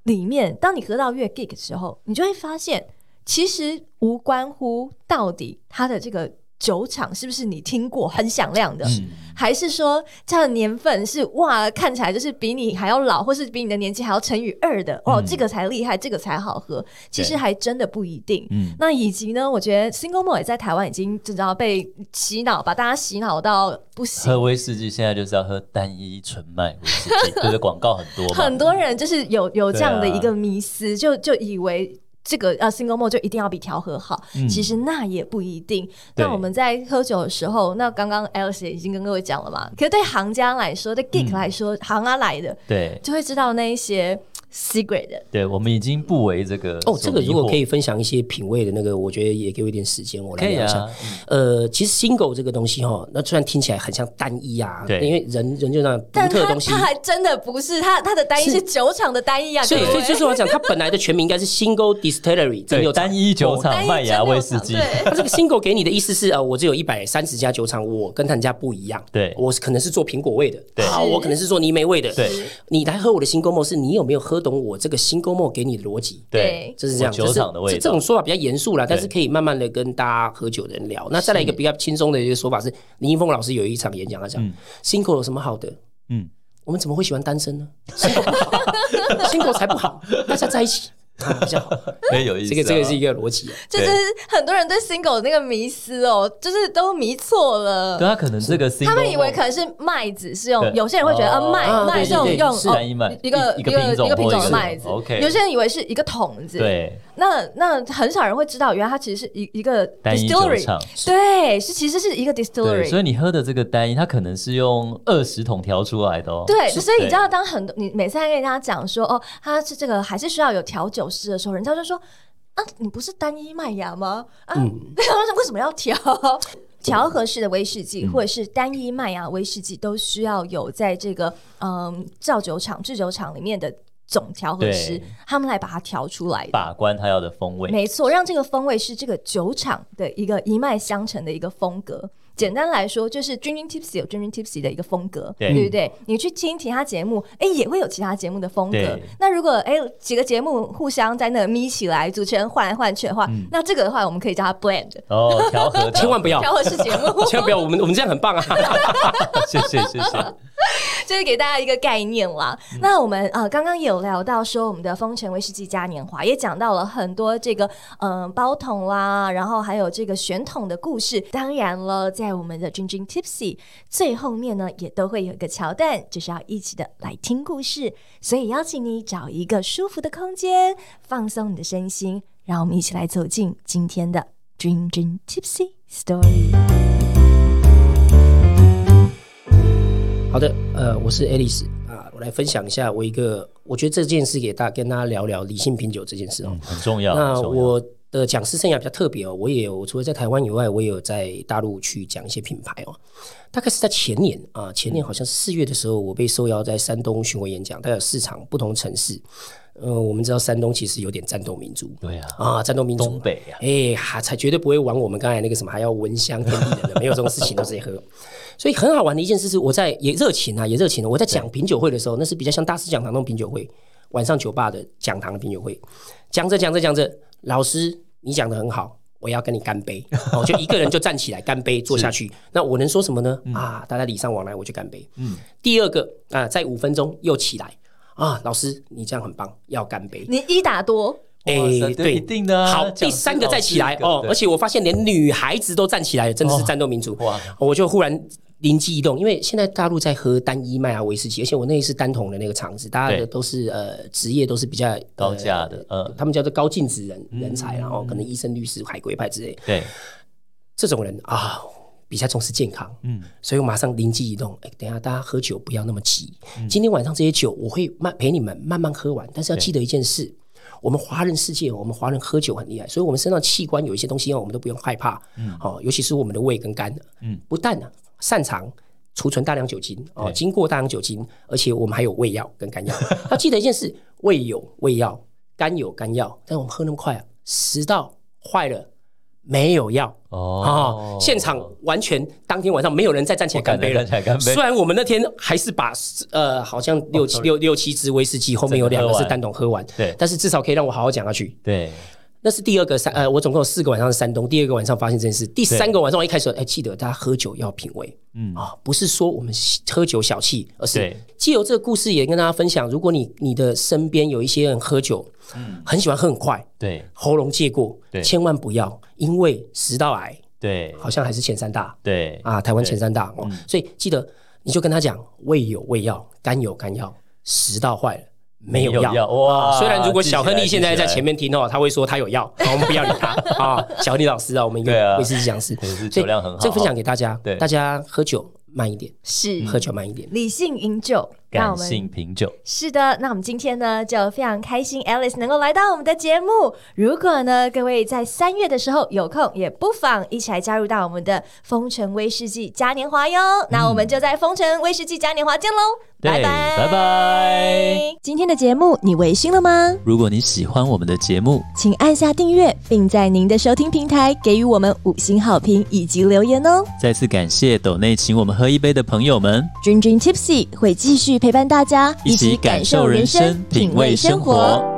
[SPEAKER 2] 里面，当你喝到越 geek 的时候，你就会发现，其实无关乎到底它的这个酒厂是不是你听过很响亮的。
[SPEAKER 1] 嗯，
[SPEAKER 2] 还是说它的年份是哇，看起来就是比你还要老，或是比你的年纪还要乘以二的哦，
[SPEAKER 1] 嗯
[SPEAKER 2] 这个才厉害，这个才好喝。其实
[SPEAKER 1] 对
[SPEAKER 2] 还真的不一定。
[SPEAKER 1] 嗯
[SPEAKER 2] 那以及呢，我觉得 Single Malt 也在台湾已经知道被洗脑，把大家洗脑到不行。
[SPEAKER 1] 喝威士忌现在就是要喝单一纯麦威士 忌，对不对？广告很多嘛，
[SPEAKER 2] 很多人就是有有这样的
[SPEAKER 1] 对啊
[SPEAKER 2] 一个迷思，就就以为。这个呃，single malt 就一定要比调和好，
[SPEAKER 1] 嗯
[SPEAKER 2] 其实那也不一定。
[SPEAKER 1] 对
[SPEAKER 2] 那我们在喝酒的时候，那刚刚 Alice 也已经跟各位讲了嘛，可是对行家来说，
[SPEAKER 3] 嗯
[SPEAKER 2] 对 geek 来说，行啊来的
[SPEAKER 1] 对
[SPEAKER 2] 就会知道那一些 secret 的。
[SPEAKER 1] 对，我们已经不为这个
[SPEAKER 3] 哦，这个如果可
[SPEAKER 1] 以，
[SPEAKER 3] 以分享一些品味的那个，我觉得也给我一点时间，我来
[SPEAKER 1] 可以
[SPEAKER 3] 聊一下。
[SPEAKER 1] 啊，
[SPEAKER 3] 呃，其实 single 这个东西哈，那虽然听起来很像单一啊，
[SPEAKER 1] 对
[SPEAKER 3] 因为人人就那样
[SPEAKER 2] 但
[SPEAKER 3] 独特的
[SPEAKER 2] 他
[SPEAKER 3] 东西
[SPEAKER 2] 他，还真的不是他他的单一
[SPEAKER 3] 是
[SPEAKER 2] 是酒厂的单一啊，
[SPEAKER 3] 所以
[SPEAKER 2] 各位
[SPEAKER 3] 所以就是我讲，它本来的全名应该是 single distillery 蒸
[SPEAKER 1] 对，
[SPEAKER 3] 馏厂
[SPEAKER 1] 单一酒
[SPEAKER 2] 单
[SPEAKER 1] 厂
[SPEAKER 2] 一
[SPEAKER 1] 麦芽
[SPEAKER 2] 蒸馏
[SPEAKER 1] 威士
[SPEAKER 2] 厂
[SPEAKER 1] 忌，
[SPEAKER 2] 对
[SPEAKER 3] 哦那这个 single 给你的意思是，呃，我只有一百三十家酒厂，我跟他人家不一样。
[SPEAKER 1] 对
[SPEAKER 3] 我是可能是做苹果味的，
[SPEAKER 1] 对
[SPEAKER 3] 啊，我可能是做泥煤味的。
[SPEAKER 1] 对，
[SPEAKER 3] 你来喝我的 single malt，是你有没有喝懂我这个 single malt 给你的逻辑？
[SPEAKER 1] 对
[SPEAKER 2] 对，
[SPEAKER 3] 就是这样，
[SPEAKER 1] 我酒厂的味道
[SPEAKER 3] 就是这这种说法比较严肃啦，但是可以慢慢的跟大家喝酒的人聊。那再来一个比较轻松的一个说法是，林一峰老师有一场演讲，他讲、single 有什么好的？
[SPEAKER 1] 嗯
[SPEAKER 3] 嗯，我们怎么会喜欢单身呢？single 不好 single 才不好，大家在一起、啊、比较好。
[SPEAKER 1] 很 有意思
[SPEAKER 3] 这
[SPEAKER 1] 啊。
[SPEAKER 3] 个这个是一个逻辑啊。
[SPEAKER 2] 就是很多人对 single 的那个迷思哦，就是都迷错了。
[SPEAKER 1] 对他可能这个 single
[SPEAKER 2] 他们以为
[SPEAKER 1] malt
[SPEAKER 2] 可能是麦子是用
[SPEAKER 1] 对，
[SPEAKER 2] 有些人会觉得
[SPEAKER 1] 哦
[SPEAKER 2] 呃麦
[SPEAKER 3] 啊
[SPEAKER 2] 麦
[SPEAKER 3] 对
[SPEAKER 2] 是用
[SPEAKER 3] 对对
[SPEAKER 2] 用
[SPEAKER 3] 是
[SPEAKER 2] 哦
[SPEAKER 1] 单一麦
[SPEAKER 2] 一个
[SPEAKER 1] 一
[SPEAKER 2] 一
[SPEAKER 1] 一个
[SPEAKER 2] 个
[SPEAKER 1] 品种
[SPEAKER 2] 一个品
[SPEAKER 1] 或
[SPEAKER 2] 种
[SPEAKER 1] 一
[SPEAKER 2] 的
[SPEAKER 1] 个
[SPEAKER 2] 麦子
[SPEAKER 1] OK，
[SPEAKER 2] 有些人以为是一个桶子，
[SPEAKER 1] 对
[SPEAKER 2] 那那很少人会知道，原来它其实是一一个
[SPEAKER 1] 单一酒
[SPEAKER 2] distillery，
[SPEAKER 1] 厂。
[SPEAKER 2] 对，是其实是一个
[SPEAKER 1] 对，所
[SPEAKER 2] distillery。
[SPEAKER 1] 以你喝的这个单一，它可能是用二十桶调出来的哦。
[SPEAKER 2] 对，
[SPEAKER 1] 是
[SPEAKER 2] 所以你知道，当很多你每次在跟人家讲说哦，它是这个还是需要有调酒师的时候，人家就说啊，你不是单一麦芽吗？啊，
[SPEAKER 1] 嗯
[SPEAKER 2] 对他们说为什么要调？调和式的威士忌
[SPEAKER 1] 嗯
[SPEAKER 2] 或者是单一麦芽威士忌，都需要有在这个嗯造酒厂、制酒厂里面的总调和师
[SPEAKER 1] 对，
[SPEAKER 2] 他们来把它调出来的。
[SPEAKER 1] 把关它要的风味。
[SPEAKER 2] 没错，让这个风味是这个酒厂的一个一脉相承的一个风格。简单来说，就是 Drinking Tipsy 有 Drinking Tipsy 的一个风格，
[SPEAKER 1] 对
[SPEAKER 2] 不对？你去听其他节目，哎，也会有其他节目的风格
[SPEAKER 1] 对。
[SPEAKER 2] 那如果哎几个节目互相在那眯起来，主持人换来换去的话，
[SPEAKER 1] 嗯
[SPEAKER 2] 那这个的话我们可以叫它 blend，
[SPEAKER 1] 哦，调和，
[SPEAKER 3] 千万不要，
[SPEAKER 2] 调和式节目，
[SPEAKER 3] 千万不要，我们我们这样很棒啊！
[SPEAKER 1] 谢谢谢谢，
[SPEAKER 2] 就是给大家一个概念啦。那我们呃刚刚也有聊到说我们的丰城威士忌嘉年华，也讲到了很多这个嗯、呃包桶啦，然后还有这个选桶的故事。当然了，在我们的君君 Tipsy 最后面呢，也都会有一个桥段，就是要一起的来听故事。所以邀请你找一个舒服的空间，放松你的身心，让我们一起来走进今天的君君 Tipsy Story。
[SPEAKER 3] 好的，呃，我是 Alice 啊，我来分享一下我一个，我觉得这件事给大跟大家聊聊理性品酒这件事哦。
[SPEAKER 1] 嗯，很重要。
[SPEAKER 3] 那
[SPEAKER 1] 很重要
[SPEAKER 3] 我的讲师生涯比较特别哦，我也有除了在台湾以外，我也有在大陆去讲一些品牌哦。大概是在前年啊，前
[SPEAKER 1] 嗯
[SPEAKER 3] 年好像是四月的时候，我被受邀在山东巡回演讲，大概有四场不同城市。呃，我们知道山东其实有点战斗民族
[SPEAKER 1] 对啊，
[SPEAKER 3] 啊，战斗民族
[SPEAKER 1] 东北啊，
[SPEAKER 3] 哎、还才绝对不会玩我们刚才那个什么，还要闻香天地人的，没 有这种事情，都直接喝。所以很好玩的一件事是，我在也热情啊，也热情、啊。我在讲品酒会的时候，那是比较像大师讲堂那种品酒会，晚上酒吧的讲堂的品酒会，讲着讲着讲着，老师你讲的很好。我要跟你干杯，哦，就一个人就站起来干 杯，坐下去。那我能说什么呢？
[SPEAKER 1] 嗯
[SPEAKER 3] 啊，大家礼尚往来，我就干杯。嗯，第二个啊，在五分钟又起来啊，老师你这样很棒，要干杯。
[SPEAKER 2] 你一打多，
[SPEAKER 3] 哎、
[SPEAKER 1] 哇塞对
[SPEAKER 3] 对，
[SPEAKER 1] 一定的啊
[SPEAKER 3] 好，
[SPEAKER 1] 讲
[SPEAKER 3] 第
[SPEAKER 1] 师
[SPEAKER 3] 三个
[SPEAKER 1] 老
[SPEAKER 3] 再
[SPEAKER 1] 师
[SPEAKER 3] 起来
[SPEAKER 1] 一个
[SPEAKER 3] 哦，
[SPEAKER 1] 对哦
[SPEAKER 3] 而且我发现连女孩子都站起来了，真的是战斗民族。
[SPEAKER 1] 哇
[SPEAKER 3] 我就忽然灵机一动，因为现在大陆在喝单一麦芽啊威士忌，而且我那是单桶的那个厂子，大家
[SPEAKER 1] 对
[SPEAKER 3] 的都是呃职业都是比较、呃
[SPEAKER 1] 高价的嗯
[SPEAKER 3] 他们叫做高净值人人才，然后可能医生、律师、海归派之类，
[SPEAKER 1] 对，
[SPEAKER 3] 这种人啊。比较重视健康，
[SPEAKER 1] 嗯，
[SPEAKER 3] 所以我马上灵机一动，哎、等一下大家喝酒不要那么急。今天晚上这些酒我会慢陪你们慢慢喝完，但是要记得一件事：我们华人世界，我们华人喝酒很厉害，所以我们身上器官有一些东西，我们都不用害怕。嗯，哦，尤其是我们的胃跟肝，嗯，不但啊擅长。储存大量酒精哦，
[SPEAKER 1] 对
[SPEAKER 3] 经过大量酒精，而且我们还有胃药跟 肝药。要记得一件事：胃有胃药，肝有肝药，但我们喝那么快啊，食道坏了没有药，
[SPEAKER 1] 哦
[SPEAKER 3] 哦，，现场完全当天晚上没有人再站起来干杯了
[SPEAKER 1] 不敢再站起来干杯哦
[SPEAKER 3] 虽然我们那天还是把呃好像六七六六七支威士忌，后面有两个
[SPEAKER 1] 整个喝
[SPEAKER 3] 是
[SPEAKER 1] 完
[SPEAKER 3] 单桶喝完，
[SPEAKER 1] 对
[SPEAKER 3] 但是至少可以让我好好讲下去。
[SPEAKER 1] 对，
[SPEAKER 3] 那是第二个三呃，我总共有四个晚上是山东，第二个晚上发现这件事，第三个晚上我一开始哎记得大家喝酒要品味，嗯啊，不是说我们喝酒小气，而是
[SPEAKER 1] 对
[SPEAKER 3] 借由这个故事也跟大家分享，如果你你的身边有一些人喝酒，很喜欢喝很快，
[SPEAKER 1] 对，
[SPEAKER 3] 喉咙借过
[SPEAKER 1] 嗯对，
[SPEAKER 3] 千万不要，因为食道癌
[SPEAKER 1] 对，
[SPEAKER 3] 好像还是前三大。
[SPEAKER 1] 对，嗯
[SPEAKER 3] 啊，台湾前三大哦，所以记得你就跟他讲，胃有胃药，肝有肝药，食道坏了没有药。啊
[SPEAKER 1] 哇！
[SPEAKER 3] 虽然如果小亨利现在在前
[SPEAKER 1] 面，
[SPEAKER 3] 面听哦，他会说他有药，好我们不要理他 啊。小亨利老师啊，我们一
[SPEAKER 1] 对啊
[SPEAKER 3] 个威士忌讲师，
[SPEAKER 1] 可是
[SPEAKER 3] 所
[SPEAKER 1] 酒
[SPEAKER 3] 以
[SPEAKER 1] 量很好，
[SPEAKER 3] 这个分享给大家
[SPEAKER 1] 对，
[SPEAKER 3] 大家喝酒慢一点，
[SPEAKER 2] 是
[SPEAKER 3] 喝酒慢一点。
[SPEAKER 2] 理性饮酒，那我
[SPEAKER 1] 感
[SPEAKER 2] 们
[SPEAKER 1] 性品酒，
[SPEAKER 2] 是的，那我们今天呢就非常开心，Alice 能够来到我们的节目。如果呢各位在三月的时候有空，也不妨一起来加入到我们的丰城威士忌嘉年华哟。那我们就在丰城威士忌嘉年华见喽，
[SPEAKER 1] 对
[SPEAKER 2] 拜拜
[SPEAKER 1] 拜拜。
[SPEAKER 2] 今天的节目你微醺了吗？
[SPEAKER 1] 如果你喜欢我们的节目，
[SPEAKER 2] 请按下订阅，并在您的收听平台给予我们五星好评以及留言哦。
[SPEAKER 1] 再次感谢斗内请我们喝一杯的朋友们，
[SPEAKER 2] 君君 Tipsy 会继续陪伴大家，
[SPEAKER 1] 一起感受人生，品味生活。